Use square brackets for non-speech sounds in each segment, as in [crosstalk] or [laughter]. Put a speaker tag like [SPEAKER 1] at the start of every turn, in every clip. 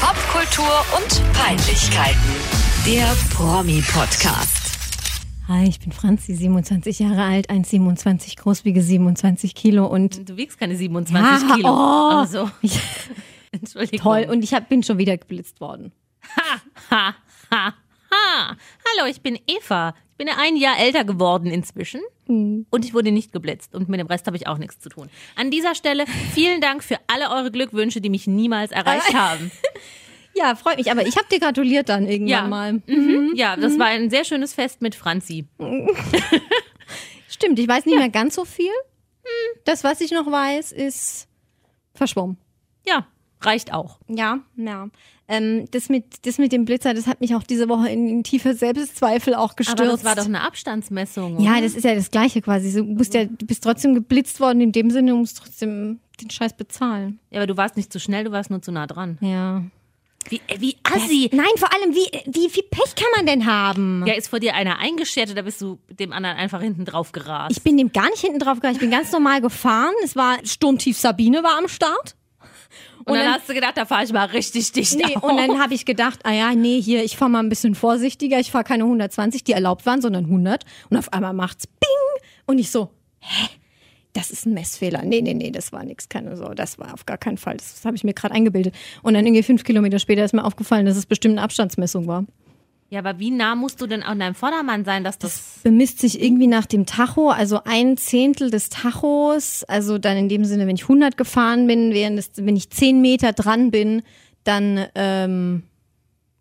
[SPEAKER 1] Popkultur und Peinlichkeiten. Der Promi-Podcast.
[SPEAKER 2] Hi, ich bin Franzi, 27 Jahre alt, 1,27 groß, wiege 27 Kilo und
[SPEAKER 3] Du wiegst keine 27
[SPEAKER 2] Ja,
[SPEAKER 3] Kilo.
[SPEAKER 2] oh.
[SPEAKER 3] [laughs] Also,
[SPEAKER 2] ich,
[SPEAKER 3] Entschuldigung.
[SPEAKER 2] toll. Und ich hab, bin schon wieder geblitzt worden.
[SPEAKER 3] Ha, ha, ha, ha. Hallo, ich bin Eva. Ich bin ja ein Jahr älter geworden inzwischen. Und ich wurde nicht geblitzt. Und mit dem Rest habe ich auch nichts zu tun. An dieser Stelle vielen Dank für alle eure Glückwünsche, die mich niemals [laughs] erreicht haben.
[SPEAKER 2] Ja, freut mich, aber ich habe dir gratuliert dann irgendwann
[SPEAKER 3] [laughs] Ja.
[SPEAKER 2] mal.
[SPEAKER 3] Mhm. Ja, das war ein sehr schönes Fest mit Franzi.
[SPEAKER 2] Stimmt, ich weiß nicht mehr ganz so viel.
[SPEAKER 3] Hm.
[SPEAKER 2] Das, was ich noch weiß, ist verschwommen.
[SPEAKER 3] Ja, reicht auch.
[SPEAKER 2] Ja, ja. Ähm, das, mit, das mit dem Blitzer, das hat mich auch diese Woche in, in tiefe Selbstzweifel auch gestürzt.
[SPEAKER 3] Aber das war doch ne? eine Abstandsmessung. oder?
[SPEAKER 2] ja, das ist ja das Gleiche quasi. Du, musst ja, du bist trotzdem geblitzt worden, in dem Sinne, du musst trotzdem den Scheiß bezahlen.
[SPEAKER 3] ja, aber du warst nicht zu schnell, du warst nur zu nah dran.
[SPEAKER 2] Ja.
[SPEAKER 3] Wie, äh, wie assi.
[SPEAKER 2] Nein, vor allem, wie, wie viel Pech kann man denn haben?
[SPEAKER 3] Ja, ist vor dir einer eingeschert oder bist du dem anderen einfach hinten drauf gerast?
[SPEAKER 2] Ich bin dem gar nicht hinten drauf gegangen. Ich bin ganz normal gefahren. Es war Sturmtief Sabine war am Start.
[SPEAKER 3] Und dann,
[SPEAKER 2] dann-
[SPEAKER 3] hast du gedacht, da fahre ich mal richtig dicht
[SPEAKER 2] Nee,
[SPEAKER 3] auf.
[SPEAKER 2] und dann habe ich gedacht, ah ja, nee, hier, ich fahre mal ein bisschen vorsichtiger. Ich fahre keine 120, die erlaubt waren, sondern 100. Und auf einmal macht's Bing. Und ich so, hä? Das ist ein Messfehler. Nee, nee, nee, das war nichts. Keine Sorge, das war auf gar keinen Fall. Das, das habe ich mir gerade eingebildet. Und dann irgendwie fünf Kilometer später ist mir aufgefallen, dass es bestimmt eine Abstandsmessung war.
[SPEAKER 3] ja, aber wie nah musst du denn an deinem Vordermann sein, dass das...
[SPEAKER 2] bemisst sich irgendwie nach dem Tacho, also ein Zehntel des Tachos. Also dann in dem Sinne, wenn ich 100 gefahren bin, während es, wenn ich 10 Meter dran bin, dann ähm,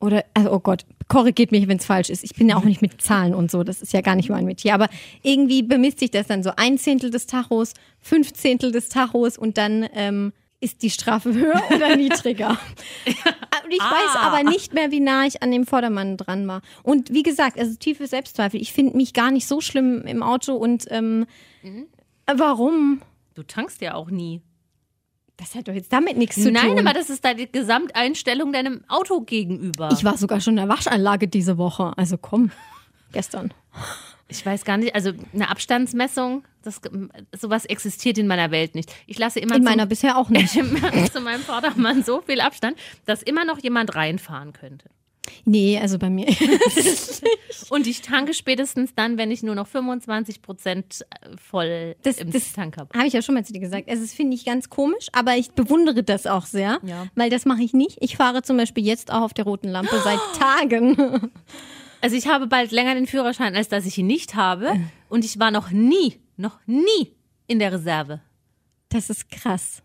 [SPEAKER 2] oder also, oh Gott, korrigiert mich, wenn es falsch ist. Ich bin ja auch nicht mit Zahlen und so, das ist ja gar nicht mein Metier. Aber irgendwie bemisst sich das dann so ein Zehntel des Tachos, fünf Zehntel des Tachos und dann ähm, ist die Strafe [laughs] höher oder
[SPEAKER 3] [laughs]
[SPEAKER 2] niedriger. Und ich weiß
[SPEAKER 3] Ah.
[SPEAKER 2] aber nicht mehr, wie nah ich an dem Vordermann dran war. Und wie gesagt, also tiefe Selbstzweifel. Ich finde mich gar nicht so schlimm im Auto und ähm,
[SPEAKER 3] Mhm.
[SPEAKER 2] warum?
[SPEAKER 3] Du tankst ja auch nie.
[SPEAKER 2] Das hat doch jetzt damit nichts zu
[SPEAKER 3] Nein,
[SPEAKER 2] tun.
[SPEAKER 3] aber das ist deine Gesamteinstellung deinem Auto gegenüber.
[SPEAKER 2] ich war sogar schon in der Waschanlage diese Woche. Also komm, gestern.
[SPEAKER 3] Ich weiß gar nicht, also eine Abstandsmessung, das, sowas existiert in meiner Welt nicht. Ich lasse immer
[SPEAKER 2] In
[SPEAKER 3] zum-
[SPEAKER 2] meiner bisher auch nicht.
[SPEAKER 3] [laughs] zu meinem Vordermann so viel Abstand, dass immer noch jemand reinfahren könnte.
[SPEAKER 2] Nee, also bei mir. [laughs]
[SPEAKER 3] Und ich tanke spätestens dann, wenn ich nur noch 25 Prozent äh, voll
[SPEAKER 2] Das-
[SPEAKER 3] im
[SPEAKER 2] das-
[SPEAKER 3] Tank habe.
[SPEAKER 2] Habe ich ja schon mal zu dir gesagt. Also, das finde ich ganz komisch, aber ich bewundere das auch sehr,
[SPEAKER 3] Ja.
[SPEAKER 2] weil das mache ich nicht. Ich fahre zum Beispiel jetzt auch auf der roten Lampe seit Tagen.
[SPEAKER 3] Also ich habe bald länger den Führerschein, als dass ich ihn nicht
[SPEAKER 2] Äh.
[SPEAKER 3] habe. Und ich war noch nie, noch nie in der Reserve.
[SPEAKER 2] Das ist krass.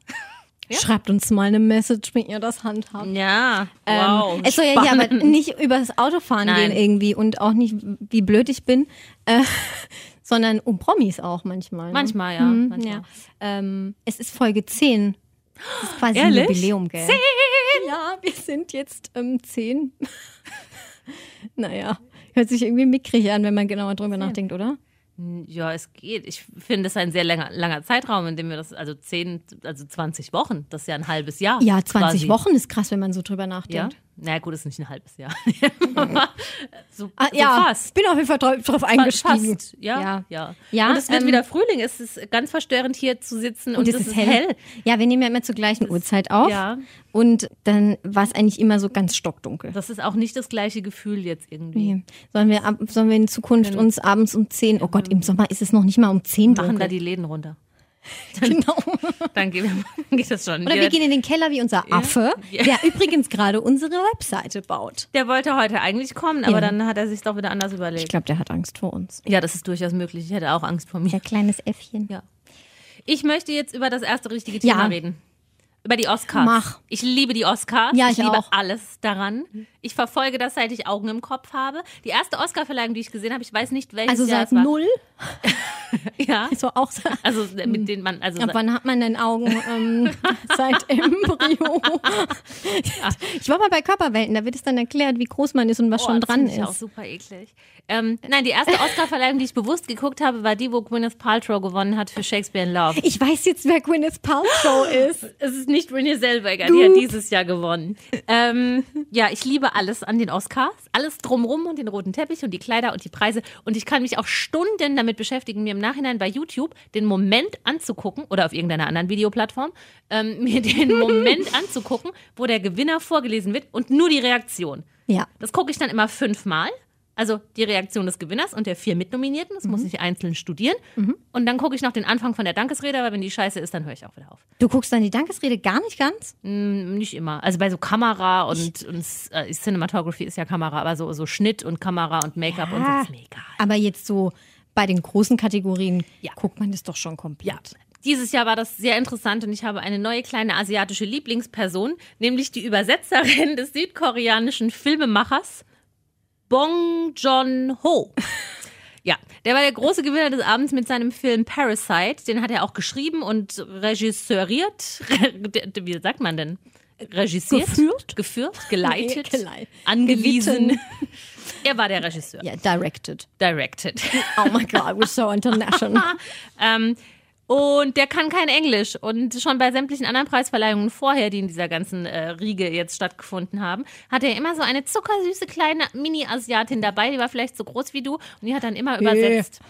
[SPEAKER 2] Schreibt uns mal eine Message, wenn ihr das handhabt.
[SPEAKER 3] Ja,
[SPEAKER 2] Ähm, es soll ja hier aber nicht über das Autofahren
[SPEAKER 3] Nein.
[SPEAKER 2] gehen irgendwie und auch nicht, wie blöd ich bin, äh, [laughs] sondern um Promis auch manchmal. Ne?
[SPEAKER 3] Manchmal, ja.
[SPEAKER 2] Mhm,
[SPEAKER 3] manchmal.
[SPEAKER 2] ja. Ähm, es ist Folge 10. Das ist quasi ein
[SPEAKER 3] Ehrlich?
[SPEAKER 2] Jubiläum, gell? 10! Ja, wir sind jetzt ähm, 10. [laughs] naja, hört sich irgendwie mickrig an, wenn man genauer drüber nachdenkt, oder?
[SPEAKER 3] Ja, es geht. Ich finde, das ist ein sehr langer, langer Zeitraum, in dem wir das, also 10, also 20 Wochen, das ist ja ein halbes Jahr.
[SPEAKER 2] Ja, 20
[SPEAKER 3] quasi.
[SPEAKER 2] Wochen ist krass, wenn man so drüber
[SPEAKER 3] Ja?
[SPEAKER 2] nachdenkt.
[SPEAKER 3] Na gut, ist nicht ein halbes Jahr. [laughs] so, so Also fast.
[SPEAKER 2] Ah, bin auf jeden Fall drauf, drauf
[SPEAKER 3] Fa-
[SPEAKER 2] eingestiegen.
[SPEAKER 3] Fast, ja, ja.
[SPEAKER 2] Ja,
[SPEAKER 3] und es wird
[SPEAKER 2] ähm,
[SPEAKER 3] wieder Frühling. Es ist ganz verstörend, hier zu sitzen
[SPEAKER 2] Und,
[SPEAKER 3] und, es ist hell.
[SPEAKER 2] Ja, wir nehmen ja immer zur gleichen Uhrzeit auf.
[SPEAKER 3] ja.
[SPEAKER 2] Und dann war es eigentlich immer so ganz stockdunkel.
[SPEAKER 3] Das ist auch nicht das gleiche Gefühl jetzt irgendwie.
[SPEAKER 2] Nee. Sollen wir, ab, sollen wir in Zukunft uns abends um 10, oh Gott, im Sommer ist es noch nicht mal um 10
[SPEAKER 3] Genau. Mhm. Machen da
[SPEAKER 2] dunkel.
[SPEAKER 3] die Läden runter.
[SPEAKER 2] genau.
[SPEAKER 3] [laughs]
[SPEAKER 2] [laughs]
[SPEAKER 3] Dann gehen wir, [laughs] geht das schon.
[SPEAKER 2] Oder wir
[SPEAKER 3] Der-
[SPEAKER 2] gehen in den Keller wie unser Affe, der übrigens gerade unsere Webseite baut.
[SPEAKER 3] der wollte heute eigentlich kommen, aber
[SPEAKER 2] Ja.
[SPEAKER 3] dann hat er sich doch wieder anders
[SPEAKER 2] Ich
[SPEAKER 3] überlegt.
[SPEAKER 2] glaube, der hat Angst vor uns.
[SPEAKER 3] Ja, das ist durchaus möglich. Ich hätte auch Angst vor mir.
[SPEAKER 2] Der kleines Äffchen.
[SPEAKER 3] Ja. Ich möchte jetzt über das erste richtige Thema
[SPEAKER 2] Ja.
[SPEAKER 3] reden. Über die Oscars.
[SPEAKER 2] Mach.
[SPEAKER 3] Ich liebe die Oscars.
[SPEAKER 2] Ja, ich
[SPEAKER 3] liebe
[SPEAKER 2] auch.
[SPEAKER 3] alles daran. Ich verfolge das, seit ich Augen im Kopf habe. Die erste Oscar-Verleihung, die ich gesehen habe, ich weiß nicht, welches
[SPEAKER 2] Also
[SPEAKER 3] Jahr
[SPEAKER 2] seit
[SPEAKER 3] es war.
[SPEAKER 2] null,
[SPEAKER 3] [laughs] Ja.
[SPEAKER 2] so auch seit
[SPEAKER 3] Also mit denen man, also
[SPEAKER 2] Ab wann hat man denn Augen ähm,
[SPEAKER 3] [laughs]
[SPEAKER 2] seit Embryo? ich war mal bei Körperwelten, da wird es dann erklärt, wie groß man ist und was
[SPEAKER 3] Oh,
[SPEAKER 2] schon
[SPEAKER 3] das
[SPEAKER 2] dran
[SPEAKER 3] finde ich auch
[SPEAKER 2] ist.
[SPEAKER 3] super eklig. Ähm, nein, die erste Oscar-Verleihung, die ich bewusst geguckt habe, war die, wo Gwyneth Paltrow gewonnen hat für Shakespeare in Love.
[SPEAKER 2] Ich weiß jetzt, wer Gwyneth
[SPEAKER 3] [gasps]
[SPEAKER 2] Paltrow ist.
[SPEAKER 3] Es ist nicht Renée Zellweger, die hat dieses Jahr gewonnen. Ähm, ja, ich liebe alles an den Oscars, alles drumrum und den roten Teppich und die Kleider und die Preise. Und ich kann mich auch Stunden damit beschäftigen, mir im Nachhinein bei YouTube den Moment anzugucken oder auf irgendeiner anderen Videoplattform, ähm, [laughs] mir den Moment anzugucken, wo der Gewinner vorgelesen wird und nur die Reaktion.
[SPEAKER 2] Ja.
[SPEAKER 3] Das gucke ich dann immer fünfmal. Also die Reaktion des Gewinners und der vier Mitnominierten. Das muss ich einzeln studieren. Und dann gucke ich noch den Anfang von der Dankesrede, aber wenn die scheiße ist, dann höre ich auch wieder auf.
[SPEAKER 2] Du guckst dann die Dankesrede gar nicht ganz?
[SPEAKER 3] Mm, Nicht immer. Also bei so Kamera und, und S- äh, Cinematography ist ja Kamera, aber so, so Schnitt und Kamera und Make-up und so
[SPEAKER 2] Ja.
[SPEAKER 3] ist mir egal.
[SPEAKER 2] Aber jetzt so bei den großen Kategorien
[SPEAKER 3] Ja.
[SPEAKER 2] guckt man das doch schon komplett.
[SPEAKER 3] Ja. Dieses Jahr war das sehr interessant und ich habe eine neue kleine asiatische Lieblingsperson, nämlich die Übersetzerin des südkoreanischen Filmemachers Bong Joon-ho.
[SPEAKER 2] [laughs]
[SPEAKER 3] Ja, der war der große Gewinner des Abends mit seinem Film Parasite. Den hat er auch geschrieben und regisseuriert. [laughs] Wie sagt man denn? Regisiert?
[SPEAKER 2] Geführt?
[SPEAKER 3] Geführt, geleitet,
[SPEAKER 2] Nee, [laughs] gelei-
[SPEAKER 3] angewiesen.
[SPEAKER 2] gelitten.
[SPEAKER 3] [laughs] Er war der Regisseur.
[SPEAKER 2] Ja, directed.
[SPEAKER 3] Directed.
[SPEAKER 2] Oh my God, we're so international.
[SPEAKER 3] [laughs] Ähm, und der kann kein Englisch. Und schon bei sämtlichen anderen Preisverleihungen vorher, die in dieser ganzen äh, Riege jetzt stattgefunden haben, hatte er immer so eine zuckersüße kleine Mini-Asiatin dabei. Die war vielleicht so groß wie du und die hat dann immer übersetzt.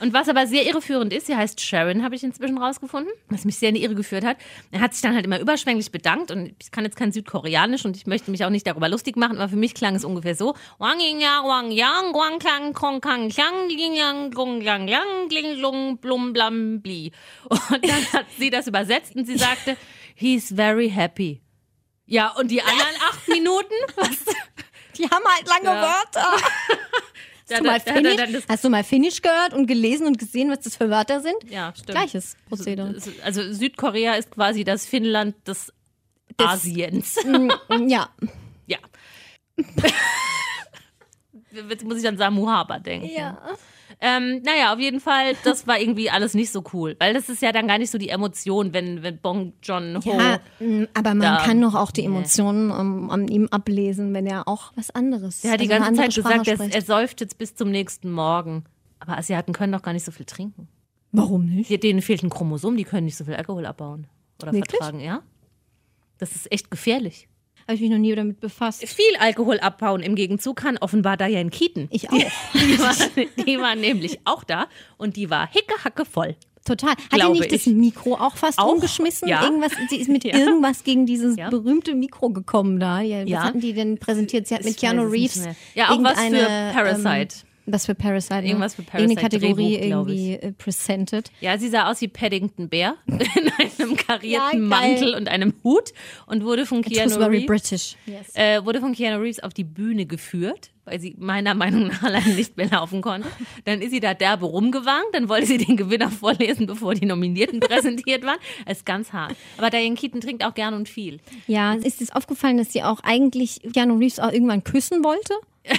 [SPEAKER 3] Und was aber sehr irreführend ist, sie heißt Sharon, habe ich inzwischen rausgefunden, was mich sehr in die Irre geführt hat. Er hat sich dann halt immer überschwänglich bedankt und ich kann jetzt kein Südkoreanisch und ich möchte mich auch nicht darüber lustig machen, aber für mich klang es ungefähr so. Wang yin ya, wang yang, wang klang, kong kang, klang, ging yang, gung yang, yang, kling, lung, blum, blam, bli. Und dann hat sie das übersetzt und sie sagte, he's very happy. Ja, und die anderen acht Minuten, was,
[SPEAKER 2] Die haben halt lange Wörter. Hast du, mal Finnish, hast du mal Finnish gehört und gelesen und gesehen, was das für Wörter sind?
[SPEAKER 3] Ja, stimmt.
[SPEAKER 2] Gleiches Prozedere.
[SPEAKER 3] Also Südkorea ist quasi das Finnland des, Asiens. [laughs]
[SPEAKER 2] Mm, ja.
[SPEAKER 3] Ja. Jetzt muss ich an Samu Haber denken. Ähm, naja, auf jeden Fall, das war irgendwie alles nicht so cool. Weil das ist ja dann gar nicht so die Emotion, wenn, wenn Bong John Ho.
[SPEAKER 2] ja mm, aber man
[SPEAKER 3] Da-
[SPEAKER 2] kann doch auch die Emotionen ähm, an ihm ablesen, wenn er auch was anderes.
[SPEAKER 3] der hat die
[SPEAKER 2] also eine
[SPEAKER 3] ganze Zeit
[SPEAKER 2] andere Sprache
[SPEAKER 3] gesagt, er,
[SPEAKER 2] spricht.
[SPEAKER 3] er säuft jetzt bis zum nächsten Morgen. Aber Asiaten können doch gar nicht so viel trinken.
[SPEAKER 2] Warum nicht?
[SPEAKER 3] Die- Denen fehlt ein Chromosom, die können nicht so viel Alkohol abbauen. Oder
[SPEAKER 2] Wirklich?
[SPEAKER 3] vertragen, ja? Das ist echt gefährlich.
[SPEAKER 2] Habe ich mich noch nie damit befasst.
[SPEAKER 3] viel Alkohol abbauen. Im Gegenzug kann offenbar Diane Keaton.
[SPEAKER 2] Ich auch.
[SPEAKER 3] [laughs] Die war, die war nämlich auch da und die war hickehacke voll.
[SPEAKER 2] Total. Hat die
[SPEAKER 3] Glaube
[SPEAKER 2] nicht das
[SPEAKER 3] ich.
[SPEAKER 2] Mikro auch fast
[SPEAKER 3] Auch,
[SPEAKER 2] umgeschmissen?
[SPEAKER 3] ja.
[SPEAKER 2] Irgendwas, sie ist mit
[SPEAKER 3] [laughs] Ja.
[SPEAKER 2] irgendwas gegen dieses
[SPEAKER 3] Ja.
[SPEAKER 2] berühmte Mikro gekommen da. Ja, was
[SPEAKER 3] Ja.
[SPEAKER 2] hatten die denn präsentiert? Sie hat mit
[SPEAKER 3] Ich weiß
[SPEAKER 2] Keanu
[SPEAKER 3] es nicht
[SPEAKER 2] Reeves.
[SPEAKER 3] mehr. Ja, auch was für
[SPEAKER 2] irgendeine,
[SPEAKER 3] Parasite.
[SPEAKER 2] Ähm, was für Parasite. Ne?
[SPEAKER 3] Irgendwas für
[SPEAKER 2] Irgendeine
[SPEAKER 3] Parasite,
[SPEAKER 2] Kategorie
[SPEAKER 3] Drehbuch, glaub ich.
[SPEAKER 2] irgendwie äh, presented.
[SPEAKER 3] Ja, sie sah aus wie Paddington Bear [laughs] in einem karierten
[SPEAKER 2] Ja, geil.
[SPEAKER 3] Mantel und einem Hut und wurde von
[SPEAKER 2] It was
[SPEAKER 3] Keanu
[SPEAKER 2] very
[SPEAKER 3] Reeves.
[SPEAKER 2] British. Yes.
[SPEAKER 3] Äh, wurde von Keanu Reeves auf die Bühne geführt, weil sie meiner Meinung nach [laughs] allein nicht mehr laufen konnte. Dann ist sie da derbe rumgewankt, dann wollte sie den Gewinner vorlesen, bevor die Nominierten [laughs] präsentiert waren. Das ist ganz hart. Aber Diane Keaton trinkt auch gern
[SPEAKER 2] [laughs]
[SPEAKER 3] und viel.
[SPEAKER 2] Ja, ist es aufgefallen, dass sie auch eigentlich Keanu Reeves auch irgendwann küssen wollte? [laughs]
[SPEAKER 3] [laughs]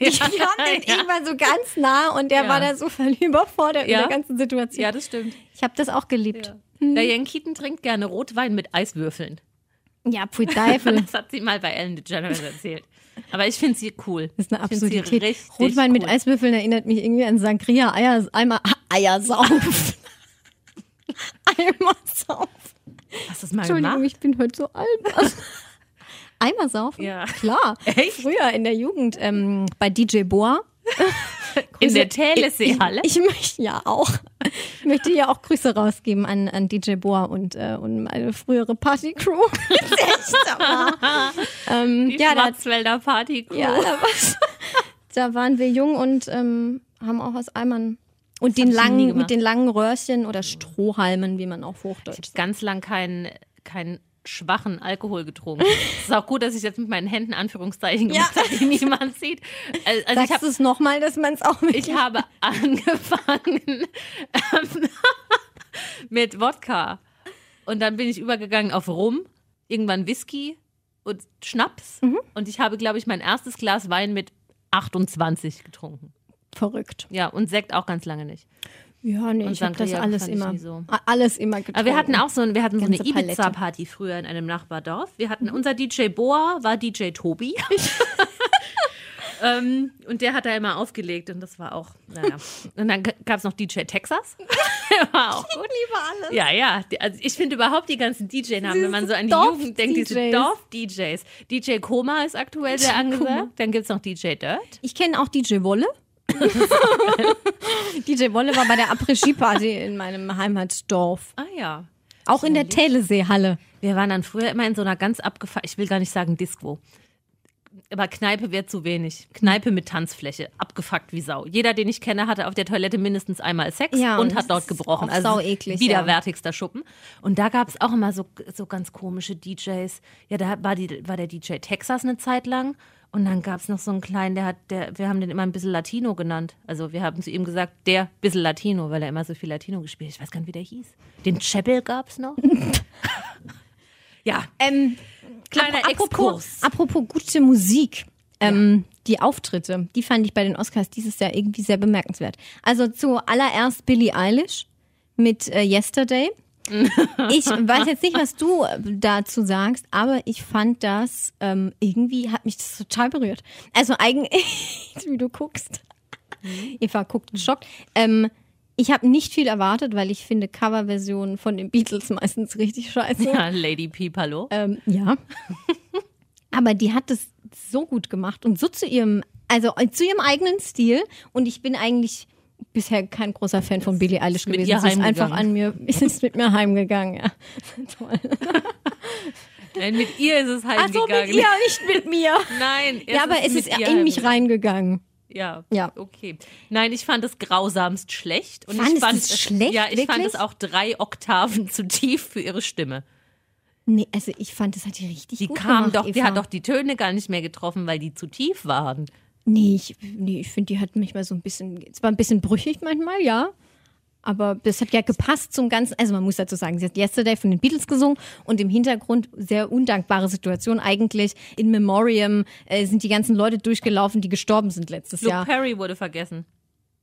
[SPEAKER 2] Ich fand den irgendwann so ganz nah und der
[SPEAKER 3] Ja.
[SPEAKER 2] war da so [laughs] völlig überfordert
[SPEAKER 3] Ja.
[SPEAKER 2] in der ganzen Situation.
[SPEAKER 3] Ja, das stimmt.
[SPEAKER 2] Ich habe das auch geliebt.
[SPEAKER 3] Diane Keaton trinkt gerne Rotwein mit Eiswürfeln.
[SPEAKER 2] Ja, pfui Teufel.
[SPEAKER 3] [laughs] Das hat sie mal bei Ellen DeGeneres erzählt. Aber ich finde sie cool.
[SPEAKER 2] Das ist eine
[SPEAKER 3] Ich find sie
[SPEAKER 2] Absurdität.
[SPEAKER 3] richtig
[SPEAKER 2] Rotwein mit
[SPEAKER 3] cool.
[SPEAKER 2] Eiswürfeln erinnert mich irgendwie an Sangria Eier, Eimer,
[SPEAKER 3] [laughs]
[SPEAKER 2] Eiersauf. Eimersauf.
[SPEAKER 3] Hast du das mal
[SPEAKER 2] Entschuldigung,
[SPEAKER 3] gemacht?
[SPEAKER 2] ich bin heute so
[SPEAKER 3] [laughs]
[SPEAKER 2] alt. Eimersauf?
[SPEAKER 3] Ja.
[SPEAKER 2] Klar.
[SPEAKER 3] Echt?
[SPEAKER 2] Früher in der Jugend ähm, bei DJ Boa.
[SPEAKER 3] In
[SPEAKER 2] Grüße-
[SPEAKER 3] der Telesee-Halle?
[SPEAKER 2] [laughs] Ich, ich möchte ja auch. Ich möchte ja auch Grüße rausgeben an, an DJ Boa und, äh, und meine frühere Party-Crew. [laughs] Das ist echt
[SPEAKER 3] [laughs]
[SPEAKER 2] wahr. ähm,
[SPEAKER 3] Die
[SPEAKER 2] ja, da,
[SPEAKER 3] Schwarzwälder Party Crew.
[SPEAKER 2] ja, da, war's- da waren wir jung und ähm, haben auch aus Eimern. Und den
[SPEAKER 3] ich noch nie
[SPEAKER 2] langen,
[SPEAKER 3] gemacht.
[SPEAKER 2] mit den langen Röhrchen oder Strohhalmen, wie man auf
[SPEAKER 3] Ich
[SPEAKER 2] Hochdeutsch
[SPEAKER 3] habe ganz lang keinen keinen schwachen Alkohol getrunken. Es ist auch gut, dass ich jetzt mit meinen Händen Anführungszeichen
[SPEAKER 2] Ja.
[SPEAKER 3] gemacht habe, die [laughs] niemand sieht. Also, also ich
[SPEAKER 2] Sagst
[SPEAKER 3] habe
[SPEAKER 2] du es nochmal, dass man es auch mit
[SPEAKER 3] ich habe angefangen ähm, [laughs] mit Wodka. Und dann bin ich übergegangen auf Rum, irgendwann Whisky und Schnaps.
[SPEAKER 2] Mhm.
[SPEAKER 3] Und ich habe, glaube ich, mein erstes Glas Wein mit 28 getrunken.
[SPEAKER 2] [laughs] verrückt.
[SPEAKER 3] Ja, und Sekt auch ganz lange nicht.
[SPEAKER 2] Ja, nee, ich habe das
[SPEAKER 3] Sangria
[SPEAKER 2] alles
[SPEAKER 3] fand ich
[SPEAKER 2] immer,
[SPEAKER 3] nie so.
[SPEAKER 2] alles immer getrunken.
[SPEAKER 3] Aber wir hatten auch so, ein, wir hatten so eine
[SPEAKER 2] Ganze Palette. Mhm.
[SPEAKER 3] Ibiza-Party früher
[SPEAKER 2] [laughs]
[SPEAKER 3] in einem Nachbardorf. Wir hatten, unser DJ Boa war DJ Tobi. Ähm, und der hat da immer aufgelegt und das war auch, naja. Und dann gab es noch DJ Texas. [laughs] Der war auch gut.
[SPEAKER 2] Lieber alles.
[SPEAKER 3] Ja, ja. Die- Also ich finde überhaupt die ganzen DJ-Namen, wenn man so an die
[SPEAKER 2] Dorf-
[SPEAKER 3] Jugend denkt, diese
[SPEAKER 2] DJs.
[SPEAKER 3] Dorf-DJs. DJ Koma ist aktuell sehr angesagt. Dann gibt es noch DJ Dirt.
[SPEAKER 2] Ich kenne auch DJ Wolle. [laughs] DJ Wolle war bei der Après-Ski-Party in meinem Heimatdorf.
[SPEAKER 3] Ah ja.
[SPEAKER 2] Auch in der Teleseehalle.
[SPEAKER 3] Wir waren dann früher immer in so einer ganz abgefahrenen, ich will gar nicht sagen Disco. Aber Kneipe wäre zu wenig. Kneipe mit Tanzfläche. Abgefuckt wie Sau. Jeder, den ich kenne, hatte auf der Toilette mindestens einmal Sex
[SPEAKER 2] Ja,
[SPEAKER 3] und
[SPEAKER 2] und
[SPEAKER 3] hat
[SPEAKER 2] das
[SPEAKER 3] dort
[SPEAKER 2] ist
[SPEAKER 3] gebrochen.
[SPEAKER 2] auch
[SPEAKER 3] Also
[SPEAKER 2] saueklig,
[SPEAKER 3] widerwärtigster Schuppen. Und da gab es auch immer so, so ganz komische DJs. Ja, da war, die, war der DJ Texas eine Zeit lang. Und dann gab es noch so einen kleinen, der hat, der, wir haben den immer ein bisschen Latino genannt. Also wir haben zu ihm gesagt, der bisschen Latino, weil er immer so viel Latino gespielt hat. Ich weiß gar nicht, wie der hieß. Den Chapel gab es noch. ja,
[SPEAKER 2] Ähm,
[SPEAKER 3] Kleiner
[SPEAKER 2] ap-
[SPEAKER 3] Exkurs.
[SPEAKER 2] apropos, apropos gute Musik. Ähm, Die Auftritte, die fand ich bei den Oscars dieses Jahr irgendwie sehr bemerkenswert. Also zuallererst Billie Eilish mit äh,
[SPEAKER 3] [laughs]
[SPEAKER 2] Yesterday. Ich weiß jetzt nicht, was du äh, dazu sagst, aber ich fand das ähm, irgendwie hat mich das total berührt. Also [laughs] eigentlich, wie du guckst. Eva guckt geschockt. Ähm, ich habe nicht viel erwartet, weil ich finde Coverversionen von den Beatles meistens richtig scheiße.
[SPEAKER 3] Ja, Lady Pipalo.
[SPEAKER 2] Ähm, ja. [laughs] Aber die hat es so gut gemacht und so zu ihrem, also zu ihrem eigenen Stil. Und ich bin eigentlich bisher kein großer Fan von Billie Eilish
[SPEAKER 3] mit
[SPEAKER 2] gewesen.
[SPEAKER 3] ihr
[SPEAKER 2] Sie ist
[SPEAKER 3] heimgegangen.
[SPEAKER 2] einfach an mir, [laughs] es ist mit mir heimgegangen, ja.
[SPEAKER 3] Nein, mit ihr ist es halt
[SPEAKER 2] Also
[SPEAKER 3] gegangen.
[SPEAKER 2] mit ihr, nicht mit
[SPEAKER 3] [laughs]
[SPEAKER 2] mir.
[SPEAKER 3] Nein,
[SPEAKER 2] Ja, aber es
[SPEAKER 3] mit
[SPEAKER 2] ist
[SPEAKER 3] ihr
[SPEAKER 2] in mich reingegangen.
[SPEAKER 3] heimgegangen. Ja.
[SPEAKER 2] Ja.
[SPEAKER 3] okay. Nein, ich fand es grausamst schlecht. Und ich
[SPEAKER 2] Fandest
[SPEAKER 3] fand
[SPEAKER 2] du es schlecht?
[SPEAKER 3] Ja, ich fand
[SPEAKER 2] Wirklich?
[SPEAKER 3] es auch drei Oktaven [laughs] zu tief für ihre Stimme.
[SPEAKER 2] Nee, also ich fand, das hat die richtig
[SPEAKER 3] Die
[SPEAKER 2] gut
[SPEAKER 3] kam
[SPEAKER 2] gemacht,
[SPEAKER 3] doch, die
[SPEAKER 2] Eva.
[SPEAKER 3] hat doch die Töne gar nicht mehr getroffen, weil die zu tief waren.
[SPEAKER 2] Nee, ich, nee, ich finde, die hat mich mal so ein bisschen, es war ein bisschen brüchig manchmal, ja. Aber das hat ja gepasst zum Ganzen. Also man muss dazu sagen, sie hat Yesterday von den Beatles gesungen und im Hintergrund sehr undankbare Situation eigentlich. In Memoriam äh, sind die ganzen Leute durchgelaufen, die gestorben sind letztes
[SPEAKER 3] Luke
[SPEAKER 2] Jahr.
[SPEAKER 3] Perry wurde vergessen.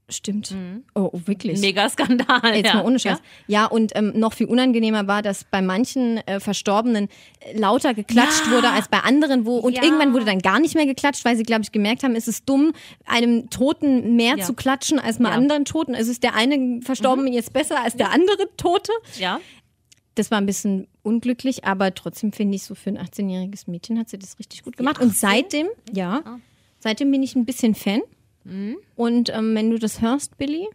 [SPEAKER 2] Stimmt. Oh, oh, wirklich.
[SPEAKER 3] Mega Skandal.
[SPEAKER 2] Jetzt
[SPEAKER 3] ja.
[SPEAKER 2] mal ohne Scheiß. Ja, und ähm, noch viel unangenehmer war, dass bei manchen äh, Verstorbenen äh, lauter geklatscht wurde als bei anderen, wo und
[SPEAKER 3] Ja.
[SPEAKER 2] irgendwann wurde dann gar nicht mehr geklatscht, weil sie, glaube ich, gemerkt haben, es ist dumm, einem Toten mehr
[SPEAKER 3] Ja.
[SPEAKER 2] zu klatschen als mal
[SPEAKER 3] Ja. Mhm.
[SPEAKER 2] anderen Toten. Es ist der eine Verstorbene jetzt besser als der andere Tote.
[SPEAKER 3] Ja. ja.
[SPEAKER 2] Das war ein bisschen unglücklich, aber trotzdem finde ich, so für ein 18-jähriges Mädchen hat sie das richtig gut gemacht. Und seitdem, ja, seitdem bin ich ein bisschen Fan.
[SPEAKER 3] Mhm.
[SPEAKER 2] Und ähm, wenn du das hörst, Billy,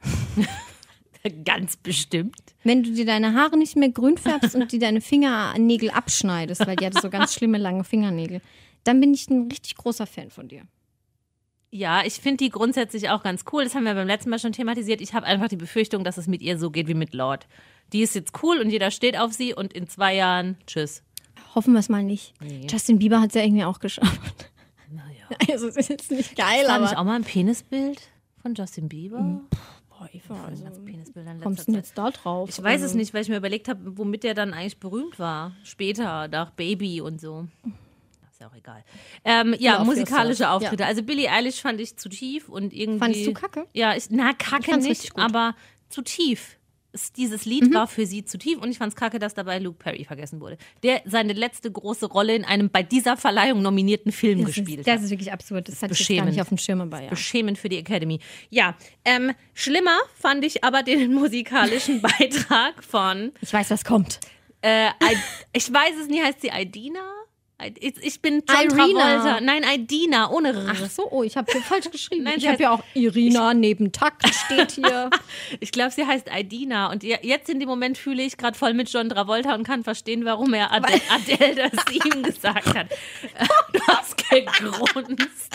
[SPEAKER 3] Ganz bestimmt.
[SPEAKER 2] Wenn du dir deine Haare nicht mehr grün färbst und dir deine Fingernägel abschneidest, weil die hatte so [laughs] ganz schlimme lange Fingernägel, dann bin ich ein richtig großer Fan von dir.
[SPEAKER 3] Ja, ich finde die grundsätzlich auch ganz cool. Das haben wir beim letzten Mal schon thematisiert. Ich habe einfach die Befürchtung, dass es mit ihr so geht wie mit Lord. Die ist jetzt cool und jeder steht auf sie und in zwei Jahren, tschüss.
[SPEAKER 2] Hoffen wir es mal nicht. Justin Bieber hat es ja irgendwie auch geschafft.
[SPEAKER 3] Naja.
[SPEAKER 2] [laughs] Also es ist jetzt nicht geil,
[SPEAKER 3] War
[SPEAKER 2] aber Hm.
[SPEAKER 3] nicht auch mal ein Penisbild von Justin Bieber? Also, Penisbilder in letzter
[SPEAKER 2] kommst du denn
[SPEAKER 3] Zeit.
[SPEAKER 2] jetzt halt da drauf?
[SPEAKER 3] Ich weiß es
[SPEAKER 2] Also,
[SPEAKER 3] nicht, weil ich mir überlegt habe, womit der dann eigentlich berühmt war. Später, nach Baby und so. Ist ja auch egal. Ähm, ja,
[SPEAKER 2] Ja,
[SPEAKER 3] musikalische
[SPEAKER 2] für-
[SPEAKER 3] Auftritte. Also Billie Eilish fand ich zu tief und irgendwie.
[SPEAKER 2] Fandest du kacke?
[SPEAKER 3] Ja, ich, na, kacke
[SPEAKER 2] fand's richtig
[SPEAKER 3] nicht,
[SPEAKER 2] gut. Mhm.
[SPEAKER 3] aber zu tief. Es- Dieses Lied war für sie zu tief und ich fand's kacke, dass dabei Luke Perry vergessen wurde. Der seine letzte große Rolle in einem bei dieser Verleihung nominierten Film
[SPEAKER 2] Das
[SPEAKER 3] gespielt
[SPEAKER 2] ist,
[SPEAKER 3] hat
[SPEAKER 2] das ist wirklich absurd. Das hatte ich jetzt gar
[SPEAKER 3] beschämend.
[SPEAKER 2] nicht auf dem Schirm aber ja.
[SPEAKER 3] beschämend für die Academy. Ja, ähm, schlimmer fand ich aber den [laughs] musikalischen Beitrag von,
[SPEAKER 2] Ich weiß, was kommt.
[SPEAKER 3] äh, I- ich weiß es nie, heißt sie Idina? I- Ich ich bin John
[SPEAKER 2] Irina.
[SPEAKER 3] Travolta. Nein, Idina, ohne R.
[SPEAKER 2] Ach so, oh, ich habe hier falsch geschrieben.
[SPEAKER 3] Nein,
[SPEAKER 2] ich
[SPEAKER 3] das
[SPEAKER 2] habe ja auch Irina neben Takt steht hier.
[SPEAKER 3] Ich glaube, sie heißt Idina. Und ihr- jetzt in dem Moment fühle ich gerade voll mit John Travolta und kann verstehen, warum er Adele, Adele das [laughs] ihm gesagt
[SPEAKER 2] [laughs]
[SPEAKER 3] hat. [laughs] Äh, Du hast gegrunzt.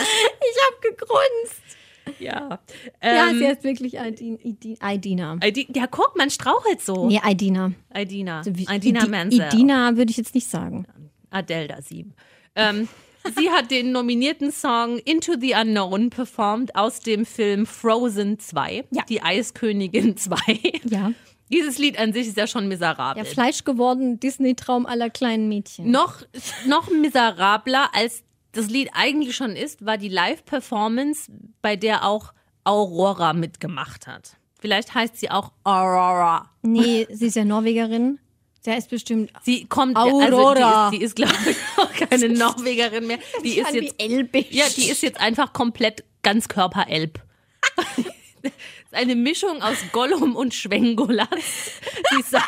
[SPEAKER 2] [laughs] ich habe gegrunzt.
[SPEAKER 3] Ja.
[SPEAKER 2] Ja,
[SPEAKER 3] Ähm,
[SPEAKER 2] sie heißt wirklich Idin- Idin- Idina.
[SPEAKER 3] Idi- ja, guck, man strauchelt so.
[SPEAKER 2] Nee, Idina.
[SPEAKER 3] Idina.
[SPEAKER 2] Wie-
[SPEAKER 3] Idina
[SPEAKER 2] Idi-
[SPEAKER 3] Menzel.
[SPEAKER 2] Idina würde ich jetzt nicht sagen.
[SPEAKER 3] Adele da sieben. Ähm, sie hat den nominierten Song Into the Unknown performt aus dem Film Frozen 2,
[SPEAKER 2] Ja.
[SPEAKER 3] die Eiskönigin [laughs] 2.
[SPEAKER 2] Ja.
[SPEAKER 3] Dieses Lied an sich ist ja schon miserabel.
[SPEAKER 2] Der fleischgewordene Disney-Traum aller kleinen [laughs] Mädchen.
[SPEAKER 3] noch, noch miserabler als das Lied eigentlich schon ist, war die Live-Performance, bei der auch Aurora mitgemacht hat. Vielleicht heißt sie auch Aurora.
[SPEAKER 2] Nee, sie ist ja Norwegerin. Der ist bestimmt
[SPEAKER 3] Sie kommt,
[SPEAKER 2] Aurora.
[SPEAKER 3] also die ist, die ist glaube ich [laughs] auch keine Norwegerin
[SPEAKER 2] [laughs]
[SPEAKER 3] mehr. Die ist jetzt,
[SPEAKER 2] elbisch.
[SPEAKER 3] ja, die ist jetzt einfach komplett ganzkörperelb. [laughs] Eine Mischung aus Gollum und Schwengolas.
[SPEAKER 2] [laughs]
[SPEAKER 3] Die saß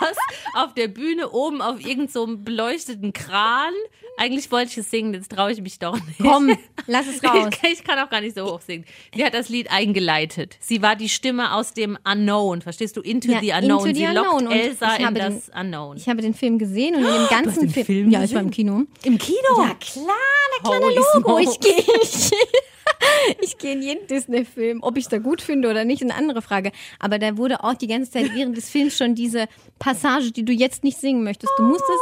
[SPEAKER 3] auf der Bühne oben auf irgendeinem so einem beleuchteten Kran. Eigentlich wollte ich es singen, jetzt traue ich mich doch
[SPEAKER 2] [laughs]
[SPEAKER 3] nicht.
[SPEAKER 2] Komm, lass es raus.
[SPEAKER 3] [laughs] Ich, ich kann auch gar nicht so hoch singen. Sie hat das Lied eingeleitet. Sie war die Stimme aus dem Unknown, verstehst du? Into
[SPEAKER 2] Ja,
[SPEAKER 3] the Unknown.
[SPEAKER 2] Into the
[SPEAKER 3] Sie
[SPEAKER 2] Unknown.
[SPEAKER 3] lockt
[SPEAKER 2] Und
[SPEAKER 3] Elsa
[SPEAKER 2] ich
[SPEAKER 3] in
[SPEAKER 2] habe
[SPEAKER 3] das Unknown.
[SPEAKER 2] Ich habe den Film gesehen [gasps] und in dem ganzen
[SPEAKER 3] den
[SPEAKER 2] Film.
[SPEAKER 3] Film
[SPEAKER 2] ja, ich war im Kino.
[SPEAKER 3] Im Kino?
[SPEAKER 2] Ja, klar, der kleine
[SPEAKER 3] Holy
[SPEAKER 2] Logo.
[SPEAKER 3] smoke.
[SPEAKER 2] Ich gehe ich, ich gehe in jeden Disney-Film. Ob ich da gut finde oder nicht, ist eine andere Frage. Aber da wurde auch die ganze Zeit während des Films schon diese Passage, die du jetzt nicht singen möchtest. Du musst es.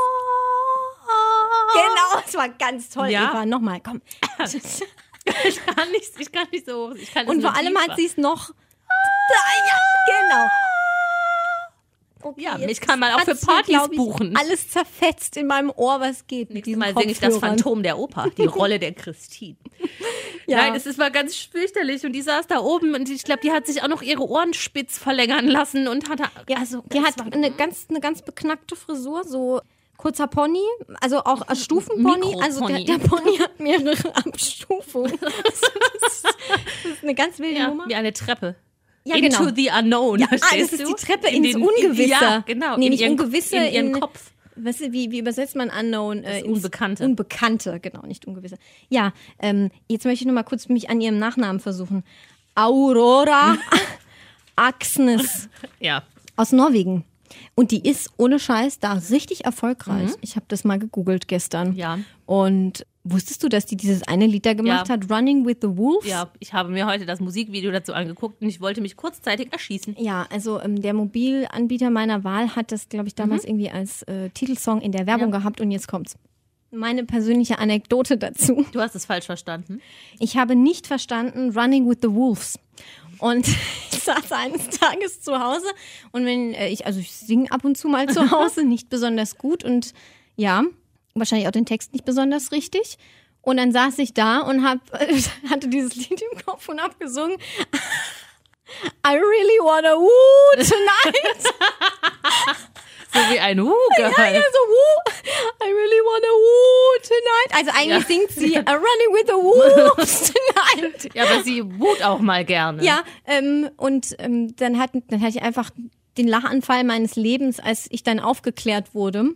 [SPEAKER 2] Genau, es war ganz toll.
[SPEAKER 3] Ja.
[SPEAKER 2] Eva, nochmal, komm. [laughs]
[SPEAKER 3] Ich kann nicht, ich kann nicht so hoch. Ich kann das
[SPEAKER 2] Und vor
[SPEAKER 3] nur
[SPEAKER 2] allem
[SPEAKER 3] tiefer.
[SPEAKER 2] hat sie es noch.
[SPEAKER 3] ah,
[SPEAKER 2] Ja, genau. Okay,
[SPEAKER 3] Ja,
[SPEAKER 2] jetzt
[SPEAKER 3] mich kann man auch für
[SPEAKER 2] hat's mir,
[SPEAKER 3] Partys
[SPEAKER 2] glaub ich,
[SPEAKER 3] buchen.
[SPEAKER 2] Alles zerfetzt in meinem Ohr, was geht. mit
[SPEAKER 3] Nächstes
[SPEAKER 2] diesen
[SPEAKER 3] Mal singe ich das
[SPEAKER 2] Kopfhörern.
[SPEAKER 3] Phantom der Oper,
[SPEAKER 2] [laughs]
[SPEAKER 3] die Rolle der Christine.
[SPEAKER 2] Ja.
[SPEAKER 3] Nein, es ist- war ganz fürchterlich und die saß da oben und ich glaube, die hat sich auch noch ihre Ohren spitz verlängern lassen und hatte
[SPEAKER 2] Ja,
[SPEAKER 3] also
[SPEAKER 2] die
[SPEAKER 3] das
[SPEAKER 2] hat
[SPEAKER 3] war
[SPEAKER 2] eine ganz, eine ganz beknackte Frisur, so kurzer Pony, also auch als Stufenpony.
[SPEAKER 3] Mikropony.
[SPEAKER 2] Also der, der Pony hat
[SPEAKER 3] [laughs]
[SPEAKER 2] mehrere Abstufungen. [laughs] Das ist, das ist eine ganz wilde
[SPEAKER 3] ja,
[SPEAKER 2] Nummer.
[SPEAKER 3] wie eine Treppe.
[SPEAKER 2] Ja,
[SPEAKER 3] Into
[SPEAKER 2] genau.
[SPEAKER 3] the unknown. Ja,
[SPEAKER 2] Ah, das ist die Treppe ins Ungewisse.
[SPEAKER 3] ja, genau.
[SPEAKER 2] Nee,
[SPEAKER 3] in
[SPEAKER 2] nicht
[SPEAKER 3] ihren,
[SPEAKER 2] Ungewisse,
[SPEAKER 3] In ihren
[SPEAKER 2] in-
[SPEAKER 3] Kopf.
[SPEAKER 2] Weißt du, wie, wie übersetzt man Unknown? Äh,
[SPEAKER 3] Das
[SPEAKER 2] ins
[SPEAKER 3] Unbekannte.
[SPEAKER 2] Unbekannte, genau, nicht Ungewisse. Ja, ähm, jetzt möchte ich noch mal kurz mich an ihrem Nachnamen versuchen.
[SPEAKER 3] [laughs]
[SPEAKER 2] Aurora Axnes
[SPEAKER 3] Ja.
[SPEAKER 2] aus Norwegen. Und die ist ohne Scheiß da richtig erfolgreich. Ich habe das mal gegoogelt gestern.
[SPEAKER 3] Mhm. Ja.
[SPEAKER 2] Und wusstest du, dass die dieses eine Lied da gemacht
[SPEAKER 3] Ja.
[SPEAKER 2] hat, Running with the Wolves?
[SPEAKER 3] Ja, ich habe mir heute das Musikvideo dazu angeguckt und ich wollte mich kurzzeitig erschießen.
[SPEAKER 2] Ja, also ähm, der Mobilanbieter meiner Wahl hat das, glaube ich, damals irgendwie als äh, Titelsong in der Werbung gehabt und jetzt kommt's. Meine persönliche Anekdote dazu.
[SPEAKER 3] Du hast es falsch verstanden.
[SPEAKER 2] Ich habe nicht verstanden Running with the Wolves. Und [laughs] ich saß eines Tages zu Hause und wenn äh, ich, also ich singe ab und zu mal zu Hause, nicht besonders gut und ja, wahrscheinlich auch den Text nicht besonders richtig. Und dann saß ich da und hab, [laughs] äh, hatte dieses Lied im Kopf und hab gesungen. [laughs] I really wanna woo tonight.
[SPEAKER 3] So wie
[SPEAKER 2] [laughs]
[SPEAKER 3] ein Huger.
[SPEAKER 2] Also woo. I really wanna woo tonight. Also eigentlich singt sie uh, Running with the Wolves tonight.
[SPEAKER 3] Ja, aber sie wut auch mal gerne.
[SPEAKER 2] Ja, ähm, und ähm, dann, hat, dann hatte ich einfach den Lachanfall meines Lebens, als ich dann aufgeklärt wurde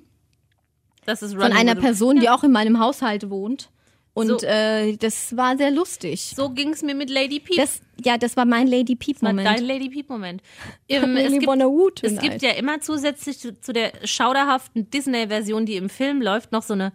[SPEAKER 3] Das ist
[SPEAKER 2] von
[SPEAKER 3] Running
[SPEAKER 2] einer
[SPEAKER 3] with the-
[SPEAKER 2] Person, die auch in meinem Haushalt wohnt. Und
[SPEAKER 3] So.
[SPEAKER 2] äh, das war sehr lustig.
[SPEAKER 3] So ging es mir mit Lady Peep.
[SPEAKER 2] Das, ja, das war mein Lady
[SPEAKER 3] war dein
[SPEAKER 2] Peep-Moment.
[SPEAKER 3] Lady Peep-Moment. Ähm,
[SPEAKER 2] Really
[SPEAKER 3] es, gibt-
[SPEAKER 2] wanna woo
[SPEAKER 3] es
[SPEAKER 2] tonight.
[SPEAKER 3] gibt ja immer zusätzlich zu, zu der schauderhaften Disney-Version, die im Film läuft, noch so eine